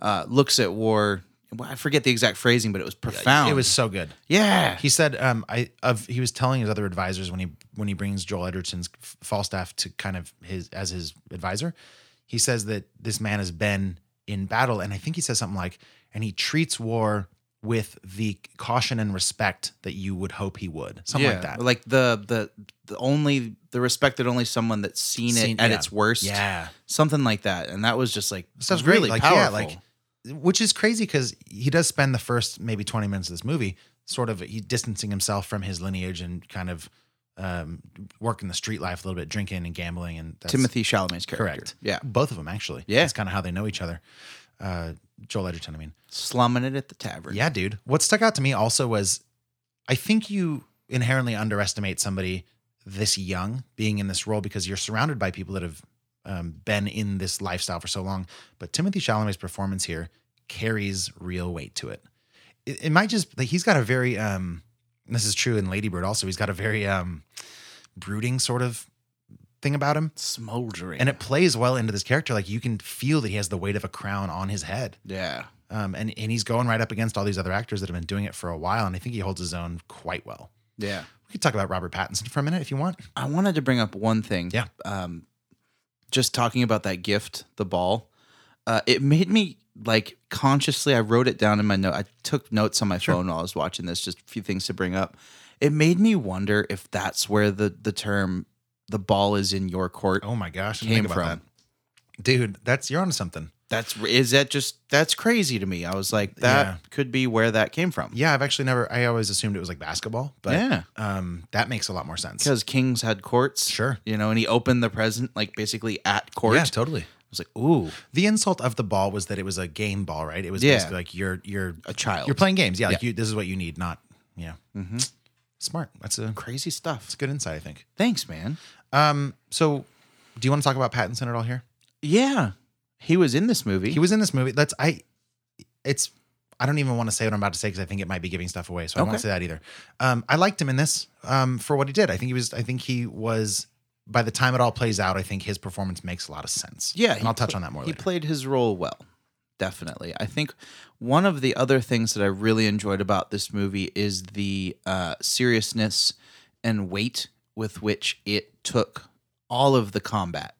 uh, looks at war. Well, I forget the exact phrasing, but it was profound.
It was so good.
yeah.
He said, um, I of he was telling his other advisors when he when he brings Joel Edgerton's F- Falstaff to kind of his as his advisor, he says that this man has been in battle, and I think he says something like, and he treats war with the caution and respect that you would hope he would, something like that.
Like the the the only the respect that only someone that's seen,
Seen-
it at
yeah.
its worst.
Yeah.
Something like that. And that was just like
stuff's
really
great. Like
powerful.
yeah, like which is crazy because he does spend the first maybe twenty minutes of this movie sort of he distancing himself from his lineage and kind of um, working the street life a little bit, drinking and gambling and that's
Timothy Chalamet's character.
correct.
Yeah.
both of them actually.
Yeah.
that's kind of how they know each other. Uh, Joel Edgerton, I mean.
Slumming it at the tavern.
Yeah, dude. What stuck out to me also was I think you inherently underestimate somebody this young being in this role because you're surrounded by people that have um, been in this lifestyle for so long. But Timothy Chalamet's performance here carries real weight to it. It, it might just, like, he's got a very, um, this is true in Ladybird also, he's got a very um, brooding sort of thing about him.
Smoldering.
And it plays well into this character. Like you can feel that he has the weight of a crown on his head
Yeah.
um, and and he's going right up against all these other actors that have been doing it for a while, and I think he holds his own quite well.
Yeah.
We could talk about Robert Pattinson for a minute if you want.
I wanted to bring up one thing.
Yeah.
Um, just talking about that gift, the ball. Uh, it made me like consciously. I wrote it down in my note. I took notes on my phone while I was watching this. Just a few things to bring up. It made me wonder if that's where the the term "the ball is in your court"
Oh my gosh, I didn't
came
think about
from.
that. dude, that's you're onto something.
That's is that just that's crazy to me. I was like, that
Yeah.
could be where that came from.
Yeah, I've actually never. I always assumed it was like basketball, but
Yeah.
um, that makes a lot more sense.
Because kings had courts,
Sure.
you know, and he opened the present like basically at court.
Yeah, totally.
I was like, ooh,
The insult of the ball was that it was a game ball, right? It was
Yeah.
basically like you're you're
a child.
you're playing games. Yeah, like
Yeah.
you. This is what you need, not you know.
Mhm.
Smart. That's a
crazy stuff.
that's good insight, I think.
Thanks, man.
Um, so do you want to talk about Pattinson at all here?
Yeah. He was in this movie.
He was in this movie. That's I. It's I don't even want to say what I'm about to say because I think it might be giving stuff away. So I
Okay.
won't say that either. Um, I liked him in this um, for what he did. I think he was. I think he was. By the time it all plays out, I think his performance makes a lot of sense.
yeah,
and
he
I'll touch
pl-
on that more
He
later.
played his role well. Definitely. I think one of the other things that I really enjoyed about this movie is the uh, seriousness and weight with which it took all of the combat.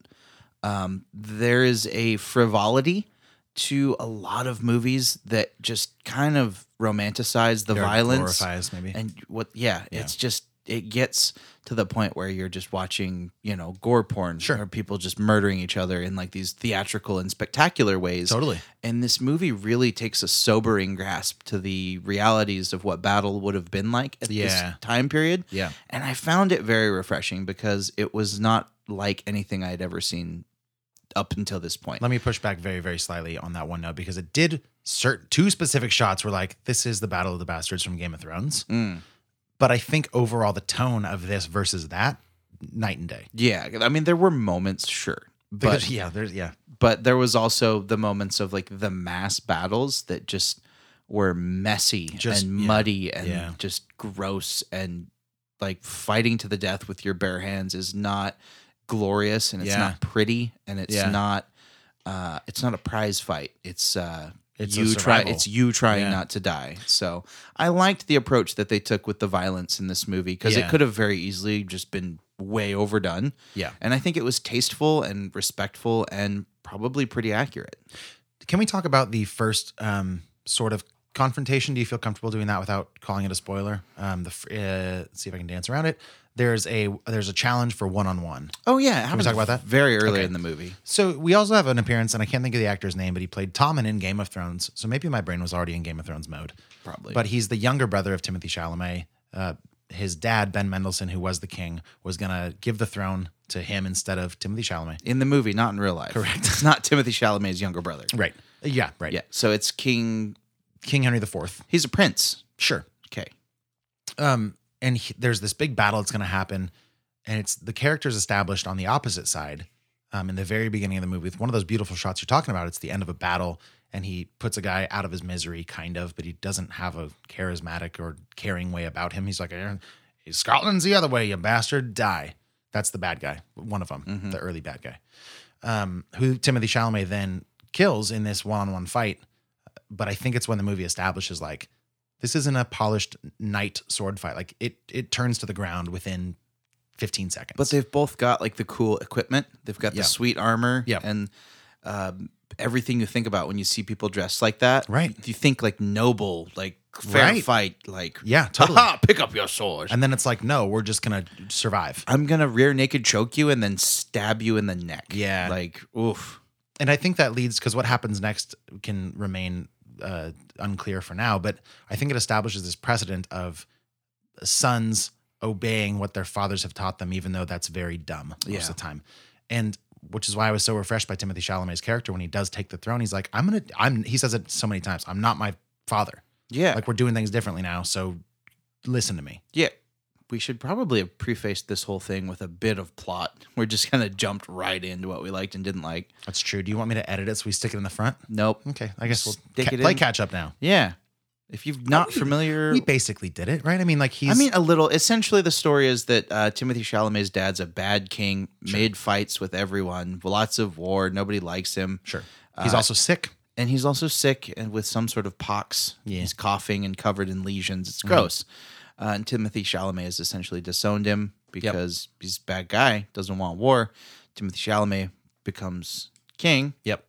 Um, there is a frivolity to a lot of movies that just kind of romanticize the
Or
violence.
glorifies maybe.
and what yeah,
Yeah.
it's just it gets to the point where you're just watching you know gore porn
Sure.
or people just murdering each other in like these theatrical and spectacular ways
totally.
and this movie really takes a sobering grasp to the realities of what battle would have been like at
Yeah.
this time period
Yeah.
and i found it very refreshing because it was not like anything i had ever seen up until this point
Let me push back very, very slightly on that one note because it did certain two specific shots were like, this is the Battle of the Bastards from Game of Thrones.
Mm.
But I think overall the tone of this versus that, night and day.
yeah i mean there were moments sure
Because- yeah, there's- yeah.
But there was also the moments of like the mass battles that just were messy
Just-
and
yeah,
muddy and
yeah.
just gross and like fighting to the death with your bare hands is not glorious and it's
Yeah.
not pretty and it's
Yeah.
not uh it's not a prize fight. It's uh
It's a
you try
survival.
it's you trying
Yeah.
not to die. So I liked the approach that they took with the violence in this movie because
Yeah.
it could have very easily just been way overdone.
Yeah.
And I think it was tasteful and respectful and probably pretty accurate.
Can we talk about the first um, sort of confrontation? Do you feel comfortable doing that without calling it a spoiler? Um, the fr- uh, let's see if I can dance around it. There's a there's a challenge for one on one.
Oh yeah,
Can we
happens
talk about that?
very early in the movie.
So we also have an appearance, and I can't think of the actor's name, but he played Tommen in Game of Thrones. So maybe my brain was already in Game of Thrones mode.
Probably.
But he's the younger brother of Timothy Chalamet. Uh, his dad, Ben Mendelsohn, who was the king, was gonna give the throne to him instead of Timothy Chalamet.
In the movie, not in real life. Correct. It's not Timothy Chalamet's younger brother.
Right. Uh, Yeah. Right.
Yeah. So it's King
King Henry the Fourth.
He's a prince.
Sure.
Okay.
um, and he, there's this big battle that's going to happen, and it's the characters established on the opposite side. Um, in the very beginning of the movie, with one of those beautiful shots you're talking about, it's the end of a battle, and he puts a guy out of his misery, kind of, but he doesn't have a charismatic or caring way about him. He's like, "Eh, Scotland's the other way, you bastard, die. That's the bad guy, one of them,
Mm-hmm.
the early bad guy, um, who Timothy Chalamet then kills in this one-on-one fight. But I think it's when the movie establishes like this isn't a polished knight sword fight. Like it it turns to the ground within 15 seconds.
But they've both got like the cool equipment. They've got
Yeah.
the sweet armor
Yeah.
and um, everything you think about when you see people dressed like that.
Right.
You think like noble, like fair
Right.
fight, like
Yeah, totally.
"Ha ha, pick up your sword.
and then it's like, no, we're just gonna survive.
I'm gonna rear naked choke you and then stab you in the neck.
Yeah.
Like oof.
And I think that leads because what happens next can remain uh, unclear for now. But I think it establishes this precedent of sons obeying what their fathers have taught them, even though that's very dumb most
Yeah.
of the time. And which is why I was so refreshed by Timothy Chalamet's character when he does take the throne. He's like, I'm gonna, I'm. He says it so many times. I'm not my father.
Yeah.
Like we're doing things differently now. So listen to me.
Yeah. We should probably have prefaced this whole thing with a bit of plot. We're just kind of jumped right into what we liked and didn't like.
That's true. Do you want me to edit it so we stick it in the front?
Nope.
Okay, I guess we'll
Stick
ca-
it
play
in.
catch up now.
Yeah. If you're not familiar,
We basically did it, right? I mean, like he's.
I mean, a little. Essentially, the story is that uh, Timothy Chalamet's dad's a bad king, made fights with everyone, lots of war. Nobody likes him.
Sure. he's
Uh,
also sick.
and he's also sick and with some sort of pox.
Yeah. Mm-hmm.
He's coughing and covered in lesions. It's gross. Uh, and Timothy Chalamet has essentially disowned him because he's a bad guy, doesn't want war. Timothy Chalamet becomes king.
Yep.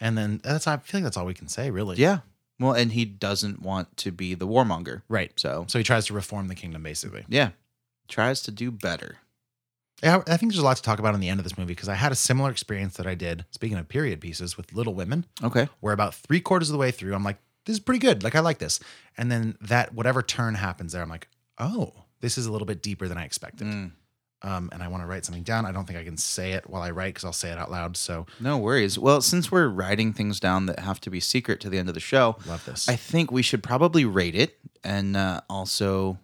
And then that's I feel like that's all we can say, really.
Yeah. Well, and he doesn't want to be the warmonger.
Right.
So,
So he tries to reform the kingdom, basically.
yeah, tries to do better.
Yeah, I I think there's a lot to talk about in the end of this movie because I had a similar experience that I did. Speaking of period pieces with Little Women,
Okay.
where about three quarters of the way through, I'm like, this is pretty good. Like I like this. And then that whatever turn happens there, I'm like, oh, this is a little bit deeper than I expected.
Mm.
Um, and I want to write something down. I don't think I can say it while I write because I'll say it out loud. So
No worries. Well, since we're writing things down that have to be secret to the end of the show,
love this.
I think we should probably rate it and uh, also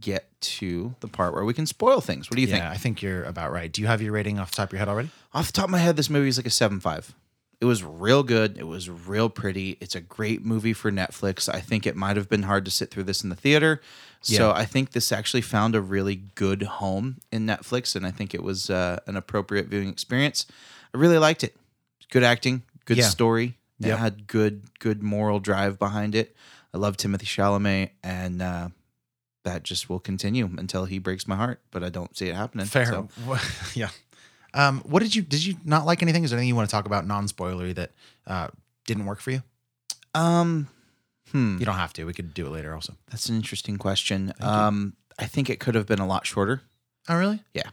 get to the part where we can spoil things. What do you
yeah,
think?
I think you're about right. Do you have your rating off the top of your head already?
Off the top of my head, this movie is like a seven five. It was real good. It was real pretty. It's a great movie for Netflix. I think it might have been hard to sit through this in the theater. So
Yeah.
I think this actually found a really good home in Netflix, and I think it was uh, an appropriate viewing experience. I really liked it. Good acting, good
Yeah.
story.
Yep.
It had good, good moral drive behind it. I love Timothy Chalamet, and uh, that just will continue until he breaks my heart. But I don't see it happening.
Fair.
So.
yeah. Um, what did you did you not like anything? Is there anything you want to talk about non spoilery that uh, didn't work for you?
Um. Hmm.
You don't have to. We could do it later also.
That's an interesting question. Um, I think it could have been a lot shorter.
Oh really?
Yeah.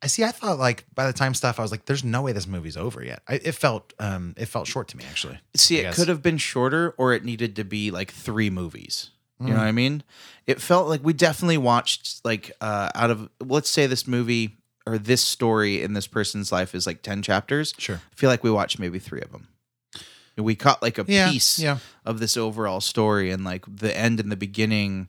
I see. I thought like by the time stuff, I was like, "There's no way this movie's over yet." I, it felt um, it felt short to me actually.
See,
I
it
guess.
could have been shorter, or it needed to be like three movies. You
Mm.
know what I mean? It felt like we definitely watched like uh, out of let's say this movie or this story in this person's life is like ten chapters.
Sure.
I feel like we watched maybe three of them. And We caught like a
Yeah,
piece
yeah.
of this overall story and like the end and the beginning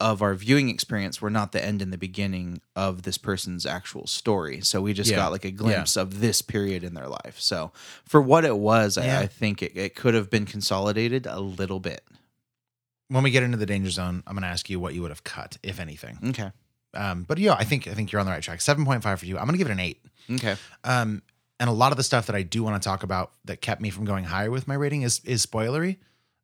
of our viewing experience were not the end and the beginning of this person's actual story. So we just
Yeah.
got like a glimpse of this period in their life. So for what it was,
Yeah.
I, I think it, it could have been consolidated a little bit.
When we get into the danger zone, I'm going to ask you what you would have cut, if anything.
Okay.
Um, but yeah, I think I think you're on the right track. Seven point five for you. I'm going to give it an eight.
Okay.
Um, and a lot of the stuff that I do want to talk about that kept me from going higher with my rating is is spoilery.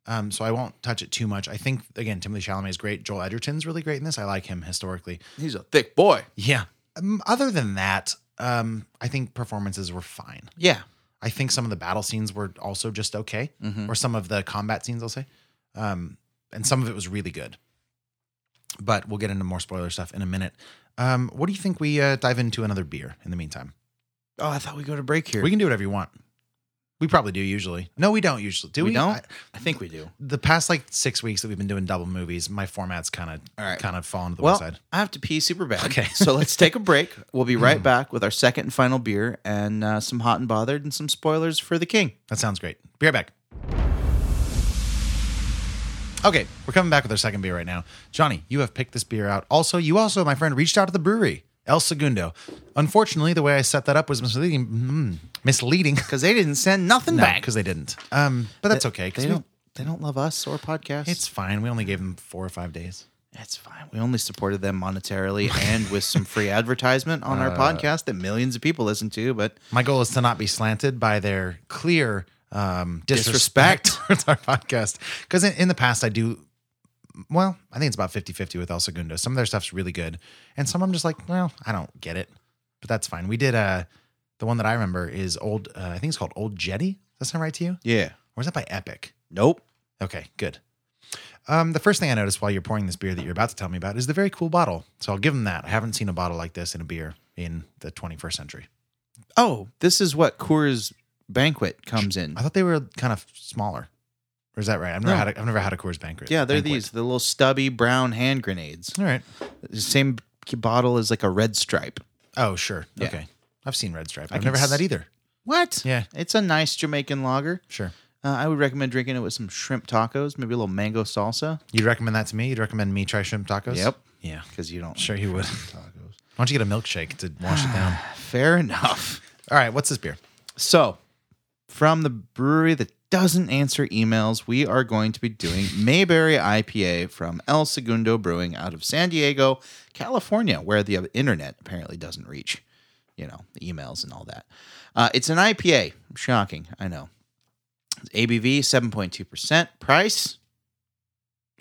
Um, so I won't touch it too much. I think again, Timothy Chalamet is great. Joel Edgerton's really great in this. I like him historically.
He's a thick boy.
Yeah. Um, other than that, um, I think performances were fine.
Yeah.
I think some of the battle scenes were also just okay,
Mhm.
or some of the combat scenes, I'll say. Um, and some of it was really good. But we'll get into more spoiler stuff in a minute. Um, what do you think we uh, dive into another beer in the meantime?
Oh, I thought we go to break here.
We can do whatever you want. We probably do usually. No, we don't usually. Do we?
We don't?
I-
I think we do.
the past like six weeks that we've been doing double movies, my format's kind of
All right.
kind of fallen to the
well,
wayside.
I have to pee super bad.
Okay.
so let's take a break. We'll be right back with our second and final beer and uh, some hot and bothered and some spoilers for the king.
That sounds great. Be right back. Okay, we're coming back with our second beer right now. Johnny, you have picked this beer out. Also, you also, my friend, reached out to the brewery, El Segundo. Unfortunately, the way I set that up was misleading. mm, misleading
because they didn't send nothing back.
because they didn't. Um, but that's
They-
okay
They
we-
don't. They don't love us or podcasts.
it's fine. We only gave them four or five days.
That's fine. We only supported them monetarily and with some free advertisement on our
Uh,
podcast that millions of people listen to. But
My goal is to not be slanted by their clear um, disrespect,
Disrespect.
towards our podcast. Because in, in the past, I do, well, I think it's about 50 50 with El Segundo. Some of their stuff's really good. And some I'm just like, well, I don't get it. But that's fine. We did uh, the one that I remember is old, uh, I think it's called Old Jetty. Does that sound right to you?
yeah,
Or is that by Epic?
nope.
Okay, good. Um, the first thing I noticed while you're pouring this beer that you're about to tell me about is the very cool bottle. So I'll give them that. I haven't seen a bottle like this in a beer in the 21st century.
Oh, this is what Coors Banquet comes in.
I thought they were kind of smaller. Or is that right? I've never
No.
had a, I've never had a Coors Banquet.
Yeah, they're
Banquet.
these the little stubby brown hand grenades.
All right.
The same bottle as like a red stripe.
Oh, sure.
Yeah.
Okay. I've seen Red Stripe.
I
I've
can
never had that
s-
either.
What?
Yeah.
It's a nice Jamaican lager.
Sure.
Uh, I would recommend drinking it with some shrimp tacos, maybe a little mango salsa.
You'd recommend that to me? You'd recommend me try shrimp tacos?
Yep.
Yeah.
Because you don't.
Sure you would. Why
Tacos.
don't you get a milkshake to wash it down?
Fair enough.
All right. What's this beer?
So, from the brewery that doesn't answer emails, we are going to be doing Mayberry IPA from El Segundo Brewing out of San Diego, California, where the internet apparently doesn't reach, you know, the emails and all that. Uh, it's an IPA. Shocking, I know. ABV 7.2%. Price,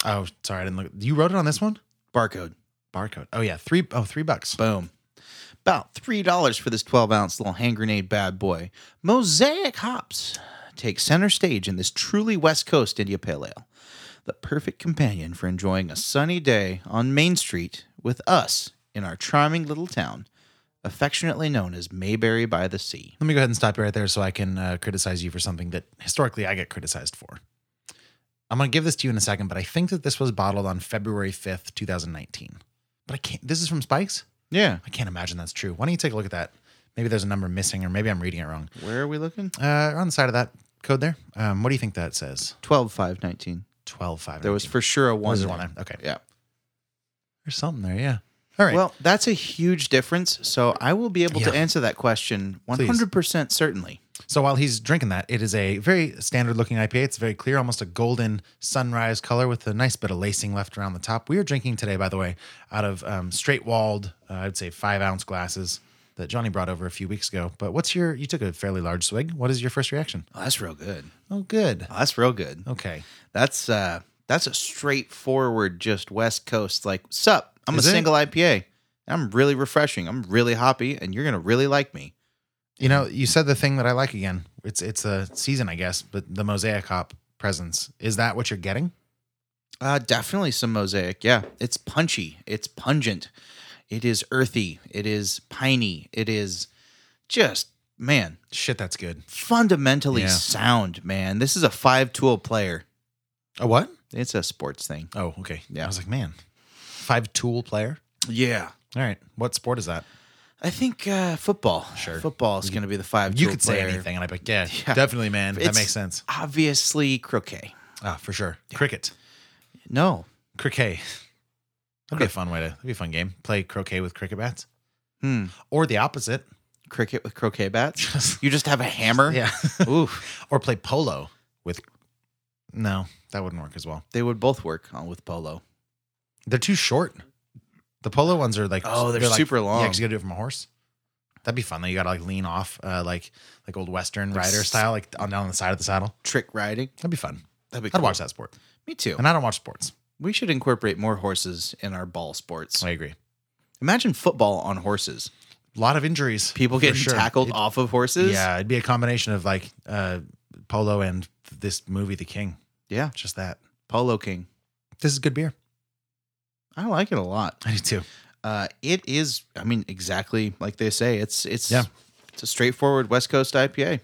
Oh, sorry. I didn't look. You wrote it on this one?
barcode.
Barcode. Oh, yeah. Three, oh, three bucks.
Boom. About $3 for this 12 ounce little hand grenade bad boy. Mosaic hops take center stage in this truly West Coast India Pale Ale. The perfect companion for enjoying a sunny day on Main Street with us in our charming little town, affectionately known as Mayberry by the Sea.
Let me go ahead and stop you right there so I can uh, criticize you for something that historically I get criticized for. I'm going to give this to you in a second, but I think that this was bottled on February 5th, 2019. But I can't, this is from Spikes?
Yeah.
I can't imagine that's true. Why don't you take a look at that? Maybe there's a number missing, or maybe I'm reading it wrong.
Where are we looking?
Uh, on the side of that code there, um, what do you think that says?
12 5 19.
12, 5.
There was for sure a one.
Was there one there? Okay.
Yeah.
There's something there, yeah. All right.
Well, that's a huge difference. So I will be able to
Yeah.
answer that question 100% certainly.
so while he's drinking that, it is a very standard looking IPA. It's very clear, almost a golden sunrise color with a nice bit of lacing left around the top. We are drinking today, by the way, out of um, straight walled, uh, I'd say five ounce glasses that Johnny brought over a few weeks ago. But what's your, you took a fairly large swig. What is your first reaction?
Oh, that's real good.
Oh, good.
Oh, that's real good.
Okay.
That's uh that's a straightforward just West Coast like sup. I'm
Is
a
it?
single IPA. I'm really refreshing. I'm really hoppy and you're going to really like me.
You know, you said the thing that I like again. It's it's a season, I guess, but the mosaic hop presence. Is that what you're getting?
Uh definitely some mosaic. Yeah. It's punchy. It's pungent. It is earthy. It is piney. It is just man,
Shit, that's good.
fundamentally
Yeah.
sound, man. This is a five-tool player.
A what?
It's a sports thing.
Oh, okay.
Yeah.
I was like, man, five tool player.
Yeah.
All right. What sport is that?
I think uh football.
Sure.
Football is going to be the five-tool
Uh, You could say
player.
anything, and I bet, yeah,
Yeah.
definitely, man. That
It's
makes sense.
Obviously croquet.
Ah, for sure. Cricket.
No,
Cricket. That'd be a fun way to. That'd be a fun game. Play croquet with cricket bats,
Hmm.
or the opposite.
Cricket with croquet bats. you just have a hammer.
Yeah.
Ooh.
Or play polo with. No, that wouldn't work as well.
They would both work on with polo.
They're too short. The polo ones are like
Oh, they're
like-
super long.
Yeah, because you gotta do it from a horse. That'd be fun. Though you gotta like lean off, uh, like like old western rider
s-
style, like on down the side of the saddle.
Trick riding.
That'd be fun.
That'd be
I'd
cool.
watch that sport.
Me too.
And I don't watch sports.
we should incorporate more horses in our ball sports.
I agree.
Imagine football on horses.
A lot of injuries.
People
for
getting
sure.
tackled
It-
off of horses.
Yeah, it'd be a combination of like uh, polo and this movie, The King.
Yeah.
Just that.
Polo King.
This is good beer.
I like it a lot.
I do too.
Uh, it is. I mean, exactly like they say. It's it's
Yeah.
it's a straightforward West Coast IPA.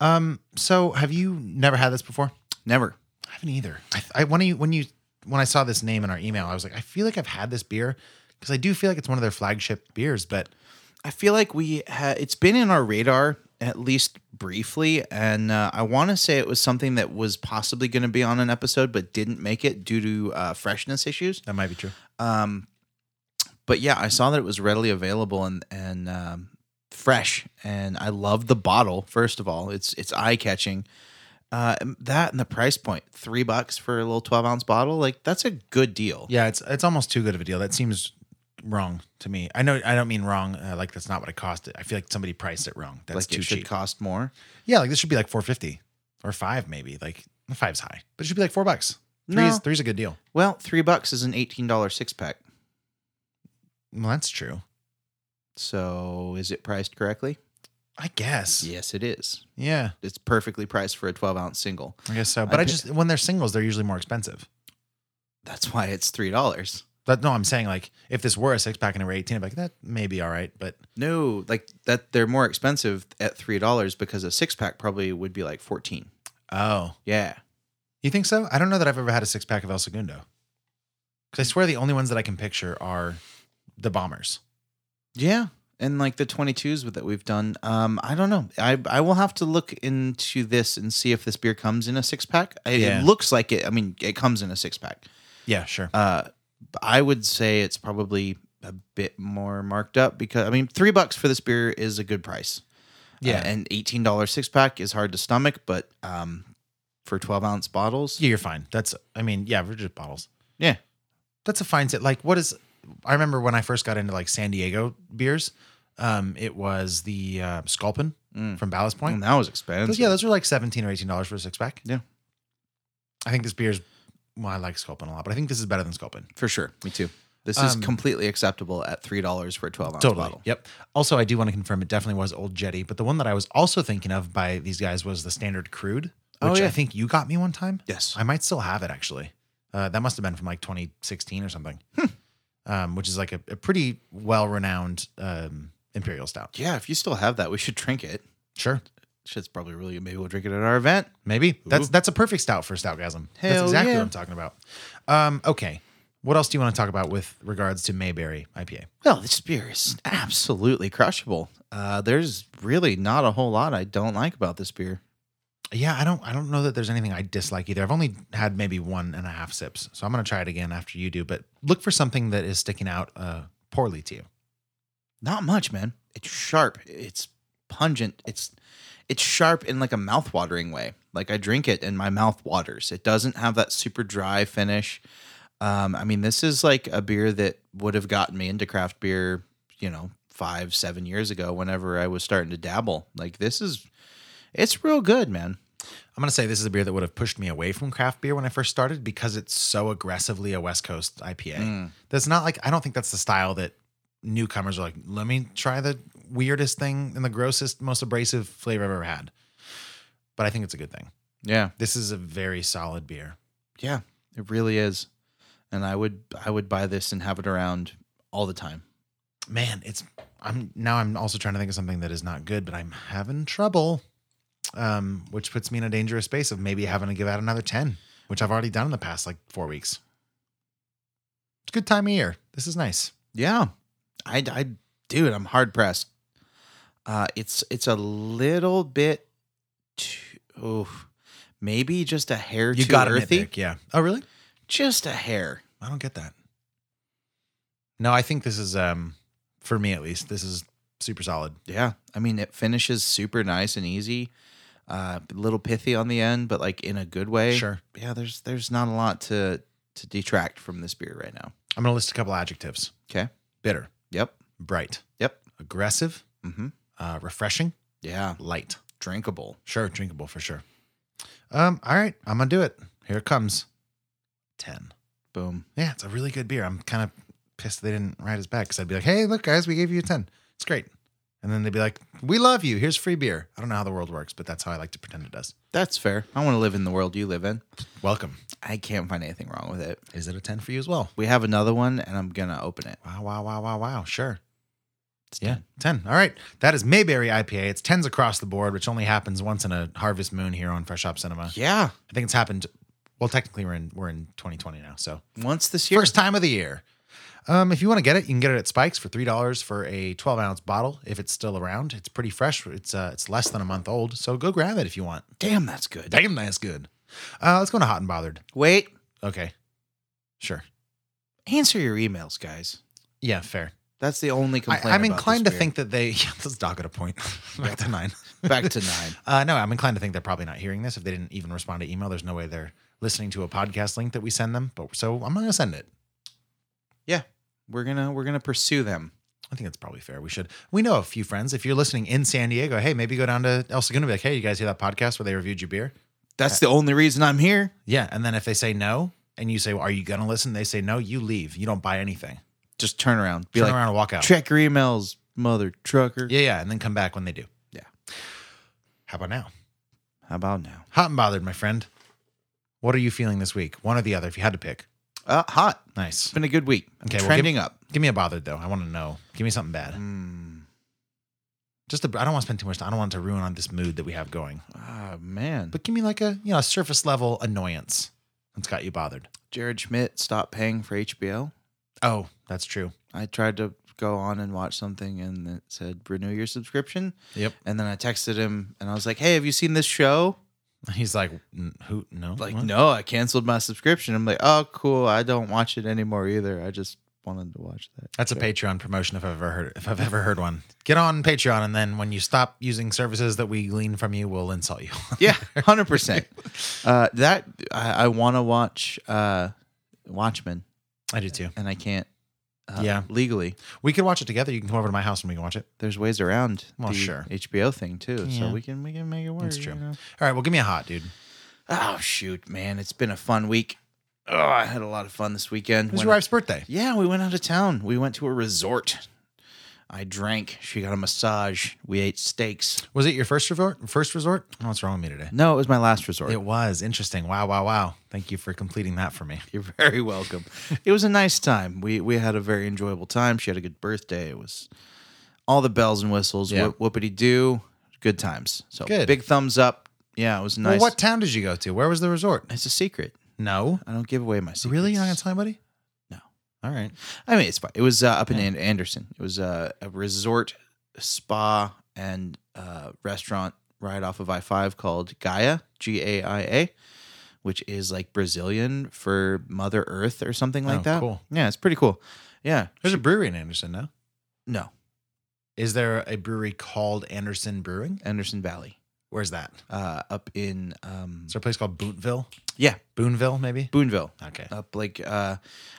Um, so have you never had this before?
Never.
I haven't either. I, I when you when you when I saw this name in our email, I was like, I feel like I've had this beer because I do feel like it's one of their flagship beers, but
I feel like we ha- it's been in our radar at least briefly, and uh, I want to say it was something that was possibly going to be on an episode but didn't make it due to uh, freshness issues.
that might be true.
Um, but yeah, I saw that it was readily available and and um, fresh, and I love the bottle. First of all, it's it's eye catching. Uh, and that and the price point, three bucks for a little twelve ounce bottle, like that's a good deal.
Yeah, it's it's almost too good of a deal. That seems wrong to me. I know I don't mean wrong. Uh, like that's not what it cost. I feel like somebody priced it wrong. That's
like
too
it should
cheap.
cost more.
yeah, like this should be like four fifty or five maybe. Like five's high, but it should be like four bucks. Three's
No.
three's a good deal.
Well, three bucks is an eighteen dollar six pack.
Well, that's true.
So is it priced correctly?
I guess.
Yes, it is.
yeah.
It's perfectly priced for a 12 ounce single.
I guess so. But
I
I,
pi-
just when they're singles, they're usually more expensive.
That's why it's three dollars.
But no, I'm saying like if this were a six pack and it were 18, I'd be like, that may be all right. But
No, like that they're more expensive at three dollars because a six pack probably would be like 14.
oh,
Yeah.
you think so? I don't know that I've ever had a six pack of El Segundo. Because I swear the only ones that I can picture are the bombers.
Yeah. And like the 22s with- that we've done, um, I don't know. I, I will have to look into this and see if this beer comes in a six pack. It,
Yeah.
it looks like it. I mean, it comes in a six pack.
Yeah, sure.
Uh, but I would say it's probably a bit more marked up because I mean, three bucks for this beer is a good price.
Yeah.
Uh, and eighteen dollar six pack is hard to stomach, but um, for twelve ounce bottles,
yeah, you're fine. That's, I mean, yeah, we're just bottles.
yeah,
That's a fine set. Like, what is, I remember when I first got into like San Diego beers, um, it was the uh, Sculpin from Ballast Point.
and Hmm. mm, that was expensive.
Those- yeah, those were like 17 or $18 for a six pack.
Yeah.
I think this beer's, well, I like Sculpin a lot, but I think this is better than Sculpin.
for sure. Me too. This is
Um,
completely acceptable at three dollars for a twelve ounce
Totally.
bottle.
Yep. Also, I do want to confirm it definitely was Old Jetty, but the one that I was also thinking of by these guys was the Standard Crude,
Oh,
which
yeah.
I think you got me one time.
Yes.
I might still have it actually. Uh, that must have been from like 2016 or something,
Hmm.
um, which is like a, a pretty well renowned um, Imperial Stout.
Yeah, if you still have that, we should drink it.
Sure.
Shit's probably really good. Maybe we'll drink it at our event.
Maybe that's
Ooh.
that's a perfect stout for stoutgasm. that's
Hell
exactly
yeah.
what I'm talking about. Um, okay, what else do you want to talk about with regards to Mayberry IPA?
Well, this beer is absolutely crushable. Uh, there's really not a whole lot I don't like about this beer.
Yeah, I don't I don't know that there's anything I dislike either. I've only had maybe one and a half sips, so I'm gonna try it again after you do. But look for something that is sticking out uh, poorly to you.
Not much, man. It's sharp. It's pungent. It's it's sharp in like a mouth-watering way. Like I drink it and my mouth waters. It doesn't have that super dry finish. Um, I mean, this is like a beer that would have gotten me into craft beer, you know, five, seven years ago. Whenever I was starting to dabble, like this is, it's real good, man.
I'm gonna say this is a beer that would have pushed me away from craft beer when I first started because it's so aggressively a West Coast IPA.
Mm.
That's not like I don't think that's the style that newcomers are like. Let me try the weirdest thing and the grossest, most abrasive flavor I've ever had. But I think it's a good thing.
Yeah,
This is a very solid beer.
yeah, it really is. And I would, I would buy this and have it around all the time.
man, it's I'm now I'm also trying to think of something that is not good, but I'm having trouble. Um, which puts me in a dangerous space of maybe having to give out another 10, which I've already done in the past like four weeks. It's a good time of year. This is nice.
Yeah, I, I, dude, I'm hard pressed. Uh, it's it's a little bit too, oof, maybe just a hair too earthy,
yeah. Oh, really?
just a hair.
I don't get that. No, I think this is um for me at least. This is super solid.
Yeah. I mean, it finishes super nice and easy. Uh, a little pithy on the end, but like in a good way.
Sure.
Yeah, there's there's not a lot to to detract from this beer right now.
I'm gonna list a couple adjectives.
Okay.
Bitter.
Yep.
Bright.
Yep.
Aggressive.
Mm-hmm.
Uh, refreshing.
Yeah.
Light.
Drinkable.
Sure. Drinkable for sure. Um. All right. I'm gonna do it. Here it comes. Ten.
Boom.
Yeah, it's a really good beer. I'm kind of pissed they didn't write us back because I'd be like, hey, look, guys, we gave you a 10. It's great. And then they'd be like, we love you. Here's free beer. I don't know how the world works, but that's how I like to pretend it does.
That's fair. I want to live in the world you live in.
Welcome.
I can't find anything wrong with it.
Is it a 10 for you as well?
We have another one, and I'm gonna open it.
Wow, wow, wow, wow, wow. Sure. It's yeah, 10. All right. That is Mayberry IPA. It's 10s across the board, which only happens once in a harvest moon here on Fresh Hop Cinema.
Yeah.
I think it's happened. Well, technically, we're in we're in 2020 now. So
once this year,
first time of the year. Um, if you want to get it, you can get it at Spikes for three dollars for a twelve ounce bottle if it's still around. It's pretty fresh. It's uh, it's less than a month old, so go grab it if you want.
Damn, that's good.
Damn, that's good. Uh, let's go to Hot and Bothered.
Wait.
Okay. Sure.
Answer your emails, guys.
Yeah, fair.
That's the only complaint. I,
am inclined to think that they. Yeah, let's dock it a point. Back to nine.
Back to nine.
Uh, no, I'm inclined to think they're probably not hearing this. If they didn't even respond to email, there's no way they're listening to a podcast link that we send them. But so I'm not gonna send it.
Yeah, we're gonna we're gonna pursue them.
I think that's probably fair. We should. We know a few friends. If you're listening in San Diego, hey, maybe go down to El Segundo. Be like, hey, you guys hear that podcast where they reviewed your beer?
That's yeah. the only reason I'm here.
Yeah, and then if they say no, and you say, well, are you gonna listen? They say no, you leave. You don't buy anything.
Just turn around.
Be turn like, around and walk out.
Check your emails, mother trucker.
Yeah, yeah, and then come back when they do.
Yeah.
How about now?
How about now?
Hot and bothered, my friend. What are you feeling this week? One or the other, if you had to pick.
Uh, hot.
Nice.
It's been a good week. I'm okay, trending well,
give, up. Give me a bothered though. I want to know. Give me something bad.
Mm.
Just I I don't want to spend too much time. I don't want to ruin on this mood that we have going.
Ah oh, man.
But give me like a you know a surface level annoyance that's got you bothered.
Jared Schmidt stopped paying for HBO.
Oh, that's true.
I tried to go on and watch something and it said renew your subscription.
Yep.
And then I texted him and I was like, "Hey, have you seen this show?"
He's like, who? No,
like, what? no, I canceled my subscription. I'm like, oh, cool. I don't watch it anymore either. I just wanted to watch that.
That's show. a Patreon promotion if I've ever heard if I've ever heard one. Get on Patreon, and then when you stop using services that we glean from you, we'll insult you.
yeah, hundred uh, percent. Uh, That I, I want to watch uh, Watchmen.
I do too,
and I can't. Uh,
yeah,
legally,
we could watch it together. You can come over to my house and we can watch it.
There's ways around
well, sure.
HBO thing too, yeah. so we can we can make it work.
That's true. You know? All right, well, give me a hot, dude.
Oh shoot, man, it's been a fun week. Oh, I had a lot of fun this weekend.
It was your wife's birthday.
Yeah, we went out of town. We went to a resort. I drank. She got a massage. We ate steaks.
Was it your first resort? First resort? Oh, what's wrong with me today?
No, it was my last resort.
It was interesting. Wow, wow, wow. Thank you for completing that for me.
You're very welcome. it was a nice time. We we had a very enjoyable time. She had a good birthday. It was all the bells and whistles. Yeah. Wh- whoopity doo. Good times. So
good.
big thumbs up. Yeah, it was
Well,
nice.
what town did you go to? Where was the resort?
It's a secret.
No,
I don't give away my secrets.
Really? You're not gonna tell anybody? All right.
I mean, it's fine. It was uh, up in yeah. Anderson. It was uh, a resort, spa, and uh, restaurant right off of I five called Gaia G A I A, which is like Brazilian for Mother Earth or something like oh, that.
Cool.
Yeah, it's pretty cool. Yeah,
there's a brewery in Anderson now.
No,
is there a brewery called Anderson Brewing?
Anderson Valley.
Where's that?
Uh, up in. Um,
Is there a place called Bootville?
Yeah,
Boonville, maybe.
Boonville.
Okay.
Up like, uh,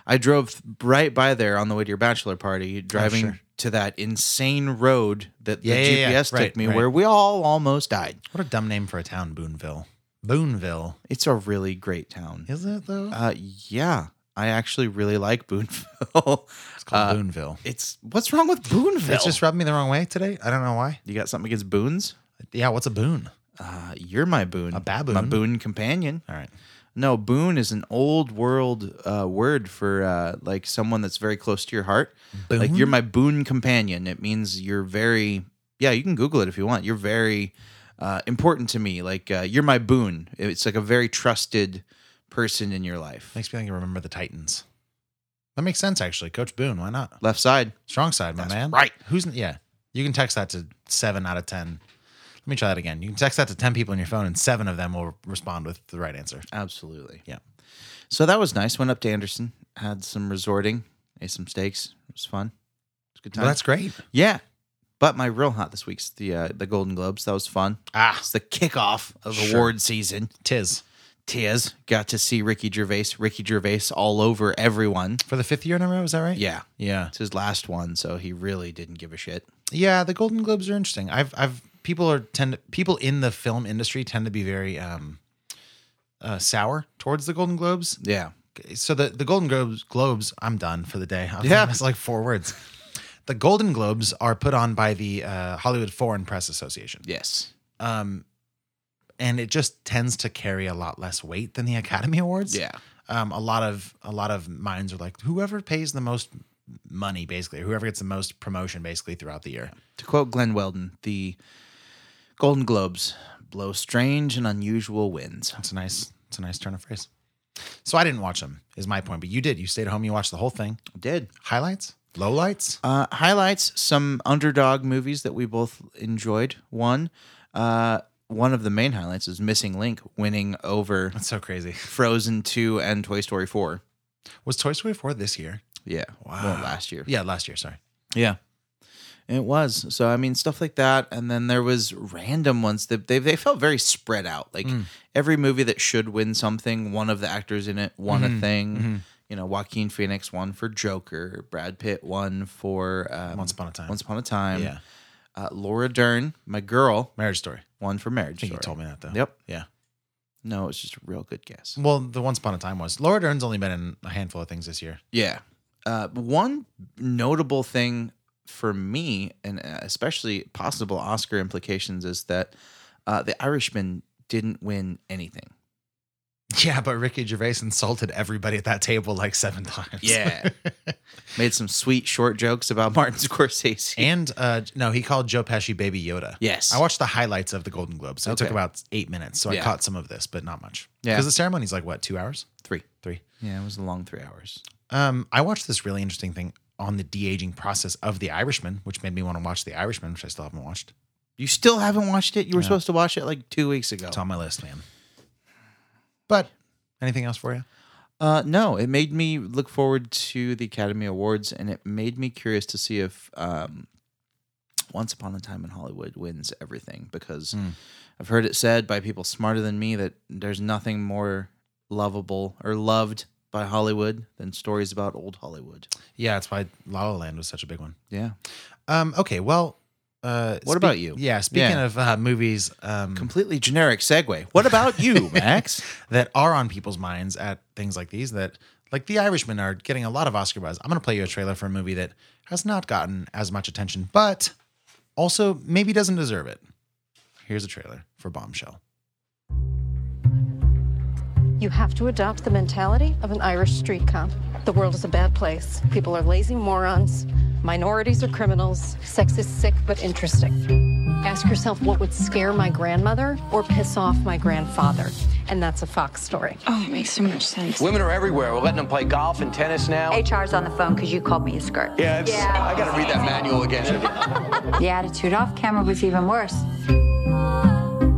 I drove right by there on the way to your bachelor party, driving
Oh, sure.
to that insane road that the
Yeah,
GPS
yeah, yeah.
took
Right,
me,
right.
where we all almost died.
What a dumb name for a town, Boonville. Boonville.
It's a really great town.
Is it though?
Uh, yeah, I actually really like Boonville. Uh,
it's called Boonville.
It's what's wrong with Boonville?
It's just rubbed me the wrong way today. I don't know why.
you got something against boons?
Yeah, what's a boon?
Uh, you're my boon,
A baboon.
my boon companion.
All right.
No, boon is an old world uh, word for uh, like someone that's very close to your heart.
Boon?
Like you're my boon companion. It means you're very. Yeah, you can Google it if you want. You're very uh, important to me. Like uh, you're my boon. It's like a very trusted person in your life.
Makes me think I remember the Titans. That makes sense actually. Coach Boone, why not?
Left side.
Strong side, my
That's
man.
right.
Who's yeah. You can text that to seven out of ten. Let me try that again. You can text that to ten people on your phone, and seven of them will respond with the right answer.
Absolutely.
Yeah.
So that was nice. Went up to Anderson, had some resorting. ate some steaks. It was fun. It's a good time.
Well, that's great.
Yeah. But my real hot this week's the uh, the Golden Globes. That was fun. Ah, it's the kickoff of
Sure.
award season.
Tis.
Tis got to see Ricky Gervais. Ricky Gervais all over everyone.
For the fifth year in a row, is that right?
Yeah,
Yeah.
it's his last one, so he really didn't give a shit.
Yeah, the Golden Globes are interesting. I've I've people are tend people in the film industry tend to be very um uh sour towards the Golden Globes.
Yeah,
So the the Golden Globes Globes, I'm done for the day. I'm
Yeah.
it's like four words. The Golden Globes are put on by the uh, Hollywood Foreign Press Association.
yes,
Um and it just tends to carry a lot less weight than the Academy Awards.
yeah,
Um a lot of a lot of minds are like whoever pays the most money basically, or whoever gets the most promotion basically throughout the year.
To quote Glenn Weldon, the Golden Globes blow strange and unusual winds.
It's a nice, it's a nice turn of phrase. So I didn't watch them, is my point. But you did. You stayed home. You watched the whole thing.
Did
Highlights, lowlights.
uh, highlights some underdog movies that we both enjoyed. One, uh, one of the main highlights is Missing Link winning over
That's so crazy.
Frozen Two and Toy Story Four.
Was Toy Story four this year?
Yeah, well, last year.
Yeah, last year. Sorry.
Yeah. It was. So I mean stuff like that and then there was random ones that they they felt very spread out. Like
Mm.
every movie that should win something, one of the actors in it won
Mm-hmm.
a thing. You know, Joaquin Phoenix won for Joker, Brad Pitt won for um,
Once Upon a Time.
Once Upon a Time.
Yeah.
Uh, Laura Dern, my girl,
Marriage Story.
won for
I
Marriage
think you
Story.
told me that though.
Yep.
Yeah. Mm.
No, it's just a real good guess.
Well, the Once Upon a Time was. Laura Dern's only been in a handful of things this year.
Yeah. Uh, one notable thing for me, and uh, especially possible Oscar implications, is that uh, The Irishman didn't win anything.
Yeah, but Ricky Gervais insulted everybody at that table like seven times.
Yeah. Made some sweet short jokes about Martin Scorsese.
and uh, no, he called Joe Pesci Baby Yoda.
Yes.
I watched the highlights of the Golden Globes. So It took
Okay.
about eight minutes, so I
Yeah.
caught some of this, but not much.
Yeah.
Because the ceremony's like what, two hours?
three.
Three.
Yeah, it was a long three hours.
Um, I watched this really interesting thing on the de aging process of The Irishman, which made me want to watch The Irishman, which I still haven't watched.
You still haven't watched it? You were supposed to watch it like two weeks ago.
It's on my list, man. But anything else for you?
Uh, no, it made me look forward to the Academy Awards, and it made me curious to see if um, Once Upon a Time in Hollywood wins everything because
Hmm.
I've heard it said by people smarter than me that there's nothing more lovable or loved by Hollywood than stories about old Hollywood.
Yeah, that's why La La Land was such a big one.
Yeah,
Um, okay, well, uh,
What about you?
Yeah, speaking
Yeah.
of uh, movies um,
completely generic segue. What about you, Max?
that are on people's minds at things like these, that like The Irishman are getting a lot of Oscar buzz. I'm going to play you a trailer for a movie that has not gotten as much attention, but also maybe doesn't deserve it. Here's a trailer for Bombshell.
You have to adopt the mentality of an Irish street cop. The world is a bad place. People are lazy morons. Minorities are criminals. Sex is sick but interesting. Ask yourself what would scare my grandmother or piss off my grandfather. And that's a Fox story.
Oh, it makes so much sense.
Women are everywhere. We're letting them play golf and tennis now.
HR's on the phone because you called me a skirt.
Yeah, it's, I gotta read that manual again.
The attitude off camera was even worse.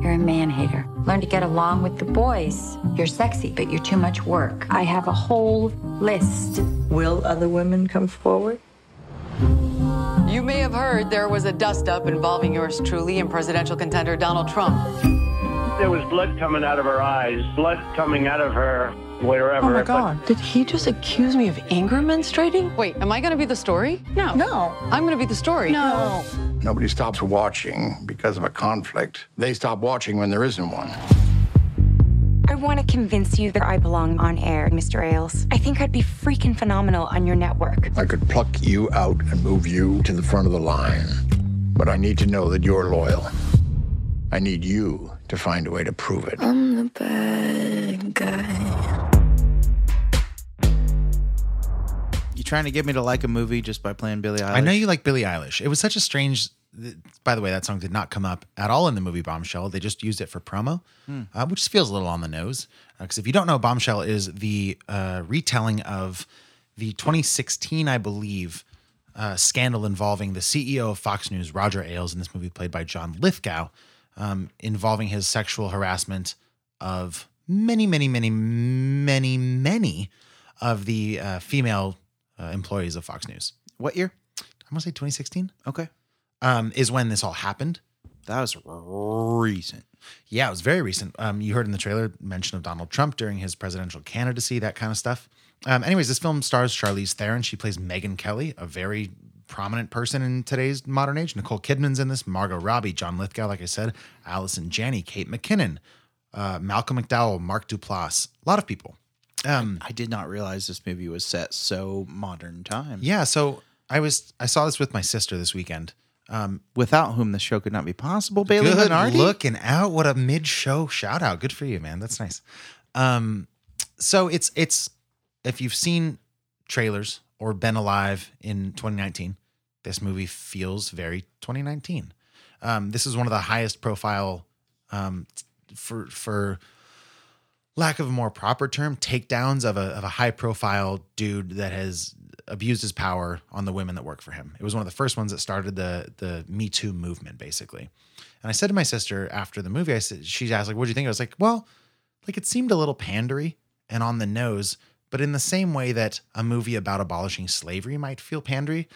You're a man hater. Learn to get along with the boys. You're sexy, but you're too much work. I have a whole list.
Will other women come forward?
You may have heard there was a dust up involving yours truly and presidential contender Donald Trump.
There was blood coming out of her eyes, blood coming out of her wherever.
Oh my
but-
God.
Did he just accuse me of anger menstruating?
Wait, am I going to be the story? No. No. I'm going to be the story.
No.
Nobody stops watching because of a conflict. They stop watching when there isn't one.
I want to convince you that I belong on air, Mr. Ailes. I think I'd be freaking phenomenal on your network.
I could pluck you out and move you to the front of the line, but I need to know that you're loyal. I need you to find a way to prove it.
I'm the bad guy.
you trying to get me to like a movie just by playing Billy Eilish?
I know you like Billie Eilish. It was such a strange. th- By the way, that song did not come up at all in the movie Bombshell. They just used it for promo,
Hmm.
uh, which feels a little on the nose. Because if you don't know, Bombshell is the uh, retelling of the 2016, I believe, uh, scandal involving the CEO of Fox News, Roger Ailes, in this movie played by John Lithgow, um, involving his sexual harassment of many, many, many, many, many of the uh, female uh, employees of Fox News.
What year?
I'm gonna say 2016.
Okay,
um, is when this all happened.
That was recent.
Yeah, it was very recent. Um, you heard in the trailer mention of Donald Trump during his presidential candidacy, that kind of stuff. Um, anyways, this film stars Charlize Theron. She plays Megan Kelly, a very prominent person in today's modern age. Nicole Kidman's in this, Margot Robbie, John Lithgow, like I said, Allison Janney, Kate McKinnon, uh, Malcolm McDowell, Mark Duplass, a lot of people. Um,
I did not realize this movie was set so modern time.
Yeah, so I was I saw this with my sister this weekend. Um,
without whom the show could not be possible. Bailey
good
Lenardi,
looking out. What a mid-show shout out. Good for you, man. That's nice. Um, so it's it's if you've seen trailers or been alive in 2019, this movie feels very 2019. Um, this is one of the highest profile um, for for lack of a more proper term, takedowns of a of a high profile dude that has abused his power on the women that work for him. It was one of the first ones that started the the Me Too movement, basically. And I said to my sister after the movie, I said she asked like, "What do you think?" I was like, "Well, like it seemed a little pandery and on the nose, but in the same way that a movie about abolishing slavery might feel pandery."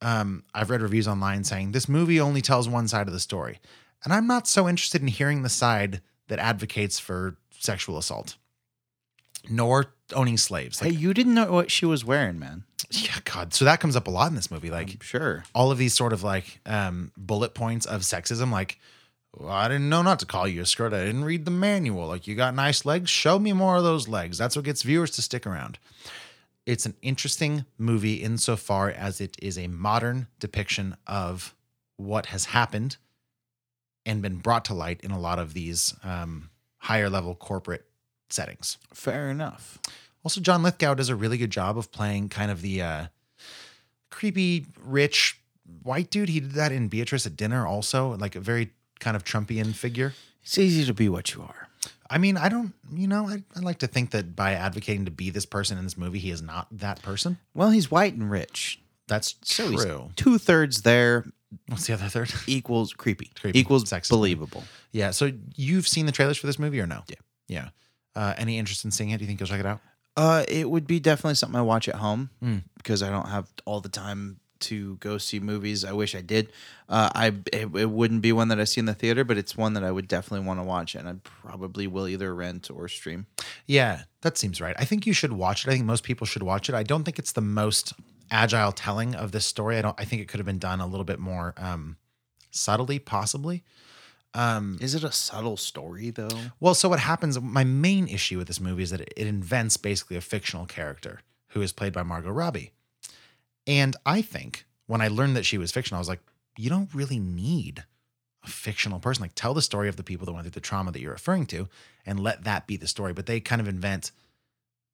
Um, I've read reviews online saying this movie only tells one side of the story, and I'm not so interested in hearing the side that advocates for sexual assault, nor owning slaves.
hey, you didn't know what she was wearing, man.
yeah, God. So that comes up a lot in this movie. Like,
Sure.
all of these sort of like um, bullet points of sexism, like, well, I didn't know not to call you a skirt. I didn't read the manual. Like, you got nice legs. Show me more of those legs. That's what gets viewers to stick around. It's an interesting movie insofar as it is a modern depiction of what has happened and been brought to light in a lot of these um, higher level corporate settings.
Fair enough.
Also, John Lithgow does a really good job of playing kind of the uh, creepy, rich white dude. He did that in Beatrice at Dinner, also, like a very kind of Trumpian figure.
It's easy to be what you are.
I mean, I don't, you know, I, I like to think that by advocating to be this person in this movie, he is not that person.
Well, he's white and rich.
That's
So
true.
two thirds there
What's the other third?
equals creepy.
Creepy.
Equals
Sexist.
believable.
yeah. So you've seen the trailers for this movie or no?
Yeah.
Yeah. Uh, any interest in seeing it? Do you think you'll check it out?
Uh, it would be definitely something I watch at home
Mm.
because I don't have all the time to go see movies. I wish I did. Uh, I it, it wouldn't be one that I see in the theater, but it's one that I would definitely want to watch, and I probably will either rent or stream.
Yeah, that seems right. I think you should watch it. I think most people should watch it. I don't think it's the most agile telling of this story. I don't. I think it could have been done a little bit more um, subtly, possibly. Um,
Is it a subtle story though?
well, so what happens? My main issue with this movie is that it invents basically a fictional character who is played by Margot Robbie. And I think when I learned that she was fictional, I was like, you don't really need a fictional person. Like, tell the story of the people that went through the trauma that you're referring to, and let that be the story. But they kind of invent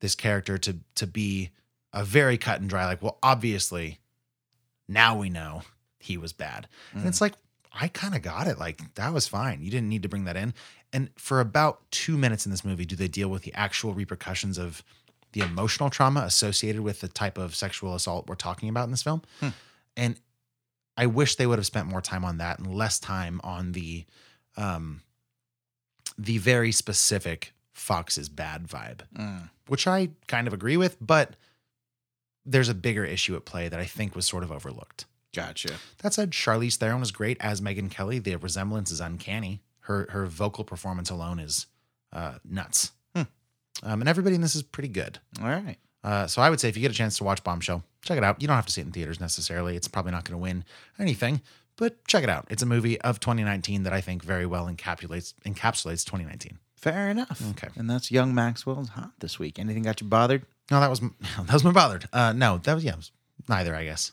this character to to be a very cut and dry. Like, well, obviously, now we know he was bad, and it's like I kind of got it. Like that was fine. You didn't need to bring that in. And for about two minutes in this movie, do they deal with the actual repercussions of the emotional trauma associated with the type of sexual assault we're talking about in this film? And I wish they would have spent more time on that and less time on the um the very specific Fox is bad vibe,
Mm.
which I kind of agree with, but there's a bigger issue at play that I think was sort of overlooked.
Gotcha.
That said, Charlize Theron is great as Megan Kelly. The resemblance is uncanny. Her her vocal performance alone is uh, nuts. Um, and everybody in this is pretty good.
All right.
Uh, so I would say if you get a chance to watch Bombshell, check it out. You don't have to see it in theaters necessarily. It's probably not going to win anything, but check it out. It's a movie of 2019 that I think very well encapsulates encapsulates 2019.
Fair enough.
Okay.
And that's Young Maxwell's hot this week. Anything got you bothered?
No, that was that was my bothered. Uh, no, that was yeah, it was neither I guess.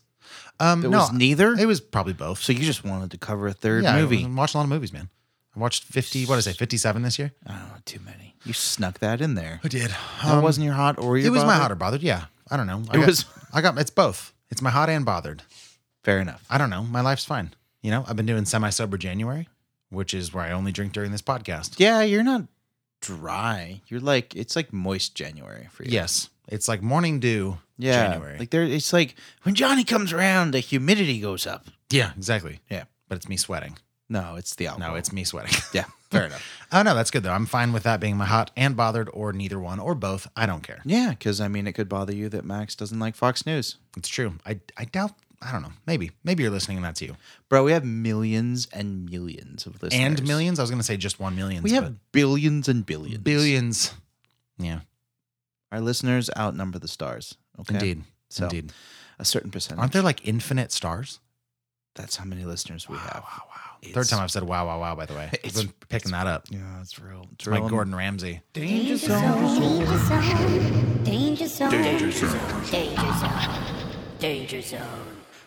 Um,
There
no,
was neither.
It was probably both.
so you just wanted to cover a third
yeah,
movie.
I watched a lot of movies, man. I watched 50. What is it? 57 this year.
Oh, too many. You snuck that in there.
I did. Um,
That wasn't your hot or your
It was my
bothered?
hot or bothered. Yeah, I don't know. I
It
got,
was-
I got. It's both. It's my hot and bothered.
Fair enough.
I don't know. My life's fine. You know, I've been doing semi sober January, which is where I only drink during this podcast.
Yeah, you're not dry. You're like it's like moist January for you.
Yes, it's like morning dew.
Yeah.
January.
Like there it's like when Johnny comes around, the humidity goes up.
yeah, exactly.
Yeah.
But it's me sweating.
No, it's the alcohol.
No, it's me sweating.
Yeah, fair enough.
Oh no, that's good though. I'm fine with that being my hot and bothered or neither one or both. I don't care.
Yeah, because I mean, it could bother you that Max doesn't like Fox News.
It's true. I I doubt. I don't know. Maybe maybe you're listening and that's you.
Bro, we have millions and millions of listeners.
And millions. I was gonna say just one million.
We have billions and billions.
billions. Yeah,
Our listeners outnumber the stars. Okay.
indeed.
So,
Indeed.
A certain percentage.
Aren't there like infinite stars?
That's how many listeners we have. Wow, wow.
Third time I've said wow, wow, wow. By the way, I've
It's-
been picking that up.
Yeah, it's real.
It's like Gordon Ramsay.
Danger zone. Danger zone. Danger zone. Danger zone. Danger zone.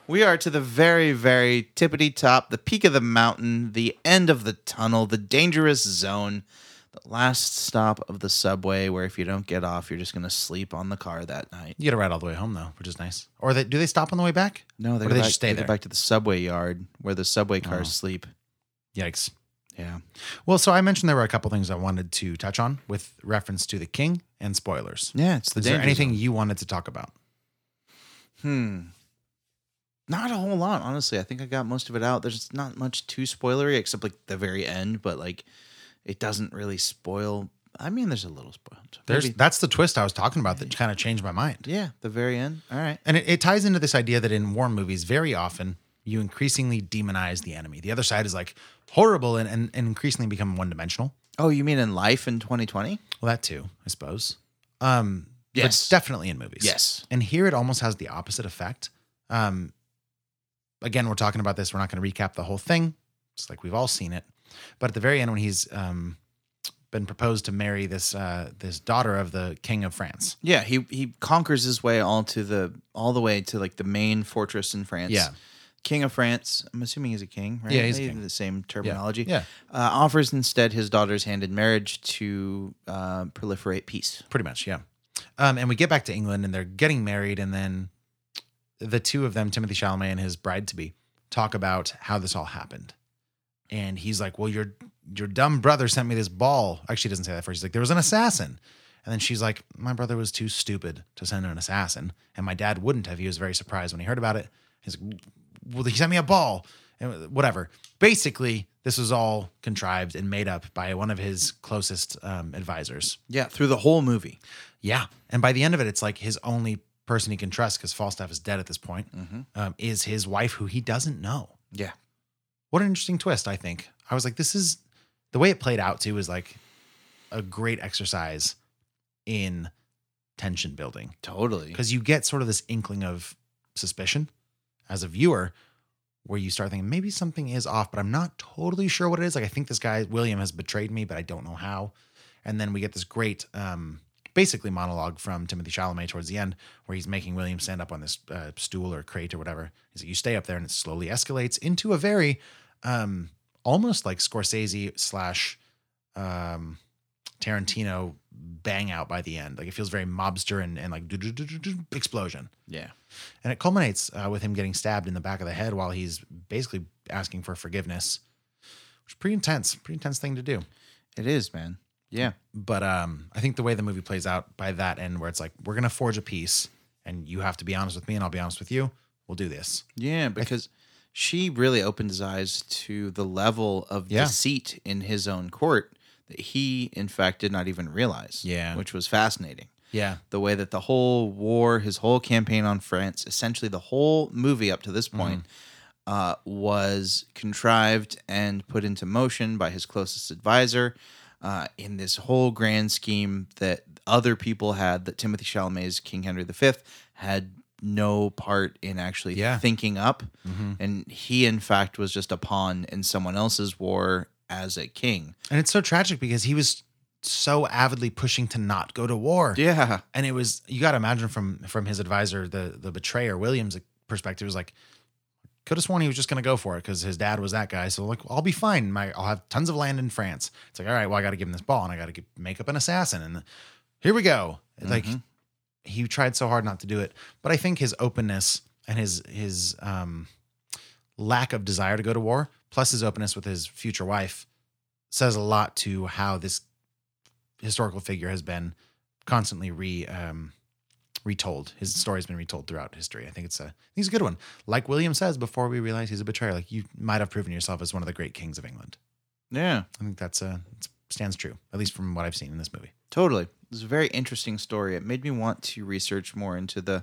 We are to the very, very tippity top, the peak of the mountain, the end of the tunnel, the dangerous zone, the last stop of the subway, where if you don't get off, you're just going to sleep on the car that night.
You get a ride all the way home though, which is nice. Or they do they stop on the way back?
No, they,
Or
go
do they
back-
just stay
they
there?
Go back to the subway yard where the subway cars sleep.
Yikes.
Oh. Yeah.
Well, so I mentioned there were a couple things I wanted to touch on with reference to the king and spoilers.
Yeah, it's the
Is there
danger
anything you wanted to talk about?
Hmm. Not a whole lot, honestly. I think I got most of it out. There's not much too spoilery except like the very end, but like it doesn't really spoil. I mean, there's a little spoil.
There's
Maybe-
that's the twist I was talking about that kind of changed my mind.
yeah, the very end. All right.
And it, it ties into this idea that in war movies, very often you increasingly demonize the enemy. The other side is like horrible and, and, and increasingly become one dimensional.
Oh, you mean in life in 2020?
Well, that too, I suppose. Um, but
Yes.
definitely in movies.
Yes.
and here it almost has the opposite effect. Um, again, we're talking about this. We're not going to recap the whole thing. It's like we've all seen it. But at the very end, when he's um, been proposed to marry this uh, this daughter of the king of France,
Yeah, he he conquers his way all to the all the way to like the main fortress in France.
Yeah.
King of France. I'm assuming he's a king, right?
Yeah, he's a
They use
king.
The same terminology.
Yeah.
Uh, offers instead his daughter's hand in marriage to uh, proliferate peace.
pretty much, yeah. Um, and we get back to England, and they're getting married, and then the two of them, Timothy Chalamet and his bride to be, talk about how this all happened. And he's like, "Well, your your dumb brother sent me this ball." Actually, he doesn't say that first. He's like, "There was an assassin," and then she's like, "My brother was too stupid to send an assassin, and my dad wouldn't have." He was very surprised when he heard about it. He's like, "Well, he sent me a ball," and whatever. Basically, this was all contrived and made up by one of his closest um, advisors.
Yeah, through the whole movie.
Yeah. And by the end of it, it's like his only person he can trust because Falstaff is dead at this point um, is his wife, who he doesn't know.
Yeah.
What an interesting twist, I think. I was like, this is the way it played out, too, is like a great exercise in tension building
Totally.
because you get sort of this inkling of suspicion as a viewer where you start thinking maybe something is off but i'm not totally sure what it is like i think this guy william has betrayed me but i don't know how and then we get this great um basically monologue from timothy chalamet towards the end where he's making william stand up on this uh, stool or crate or whatever he's like you stay up there and it slowly escalates into a very um almost like scorsese slash um Tarantino bang out by the end. Like it feels very mobster and, and like do-do-do-do-do explosion.
Yeah.
And it culminates uh, with him getting stabbed in the back of the head while he's basically asking for forgiveness, which is pretty intense, pretty intense thing to do.
It is, man. Yeah.
But um, I think the way the movie plays out by that end, where it's like, we're going to forge a peace and you have to be honest with me and I'll be honest with you. We'll do this.
Yeah, because she really opened his eyes to the level of
Yeah.
deceit in his own court that he, in fact, did not even realize.
Yeah.
Which was fascinating.
Yeah.
The way that the whole war, his whole campaign on France, essentially the whole movie up to this point, uh, was contrived and put into motion by his closest advisor uh, in this whole grand scheme that other people had that Timothy Chalamet's King Henry V had no part in actually
Yeah.
thinking up.
Mm-hmm.
And he, in fact, was just a pawn in someone else's war as a king.
And it's so tragic because he was so avidly pushing to not go to war.
Yeah.
and it was you got to imagine from from his advisor the the betrayer williams perspective it was like could have sworn he was just going to go for it because his dad was that guy so like i'll be fine my i'll have tons of land in france it's like all right well i gotta give him this ball and i gotta get, make up an assassin and here we go like he tried so hard not to do it but i think his openness and his his um lack of desire to go to war plus his openness with his future wife says a lot to how this historical figure has been constantly re um, retold. His story's been retold throughout history. I think it's a I think it's a good one. Like William says, before we realize he's a betrayer, like you might have proven yourself as one of the great kings of England.
Yeah.
I think that's uh it's, stands true, at least from what I've seen in this movie.
Totally. It was a very interesting story. It made me want to research more into the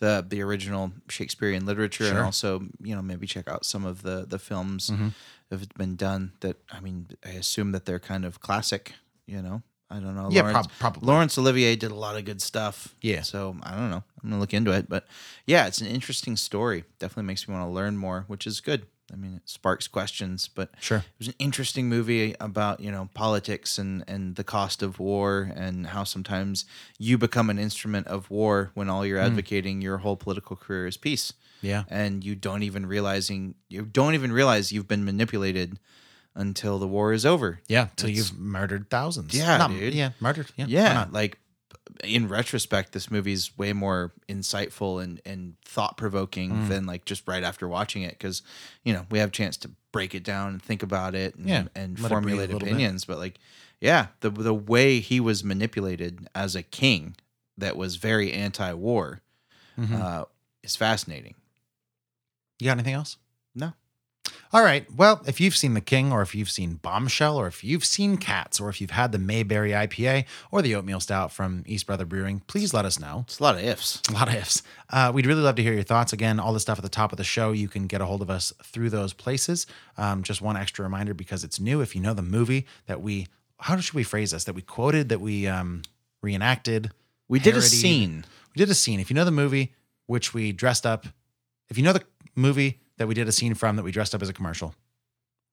the the original Shakespearean literature and
Sure.
also, you know, maybe check out some of the the films
Mhm.
that have been done that I mean, I assume that they're kind of classic, you know. I don't know.
Yeah,
Laurence,
prob- probably.
Laurence Olivier did a lot of good stuff.
Yeah.
So I don't know. I'm gonna look into it, but yeah, it's an interesting story. Definitely makes me want to learn more, which is good. I mean, it sparks questions, but
Sure.
it was an interesting movie about you know politics and and the cost of war and how sometimes you become an instrument of war when all you're
Mm.
advocating your whole political career is peace.
Yeah.
and you don't even realizing you don't even realize you've been manipulated until the war is over.
Yeah, till
It's-
you've murdered thousands.
yeah,
Not-
dude.
Yeah, murdered. Yeah,
Yeah,
why not?
like in retrospect, this movie's way more insightful and and thought provoking
Mm.
than like just right after watching it because you know we have a chance to break it down and think about it and,
Yeah,
and
let it breathe a
formulate
little bit.
opinions. But like, yeah, the the way he was manipulated as a king that was very anti war
Mhm.
uh, is fascinating.
You got anything else?
No.
All right. Well, if you've seen The King, or if you've seen Bombshell, or if you've seen Cats, or if you've had the Mayberry IPA or the Oatmeal Stout from East Brother Brewing, please let us know.
It's a lot of ifs.
A lot of ifs. Uh, we'd really love to hear your thoughts. Again, all the stuff at the top of the show, you can get a hold of us through those places. Um, just one extra reminder because it's new. If you know the movie that we, how should we phrase this? That we quoted, that we um, reenacted.
We did a
parodied.
scene.
We did a scene. If you know the movie, which we dressed up, if you know the movie that we did a scene from that we dressed up as a commercial,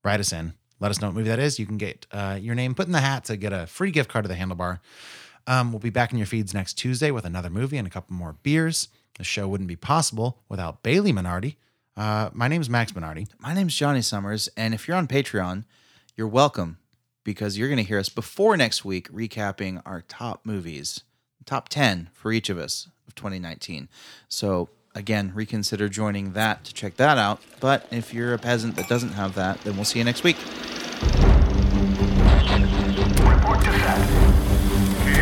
write us in. Let us know what movie that is. You can get uh, your name put in the hat to get a free gift card to the handlebar. Um, we'll be back in your feeds next Tuesday with another movie and a couple more beers. The show wouldn't be possible without Bailey Minardi. Uh, my name's Max Minardi.
My name's Johnny Summers, and if you're on Patreon, you're welcome because you're going to hear us before next week recapping our top movies, top 10 for each of us of 2019. So, again, reconsider joining that to check that out. But if you're a peasant that doesn't have that, then we'll see you next week.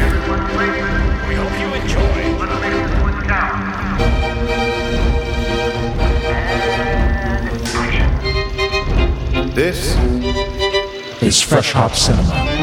We hope you enjoy. Let's make this one count. And action.
This is Fresh Hop Cinema.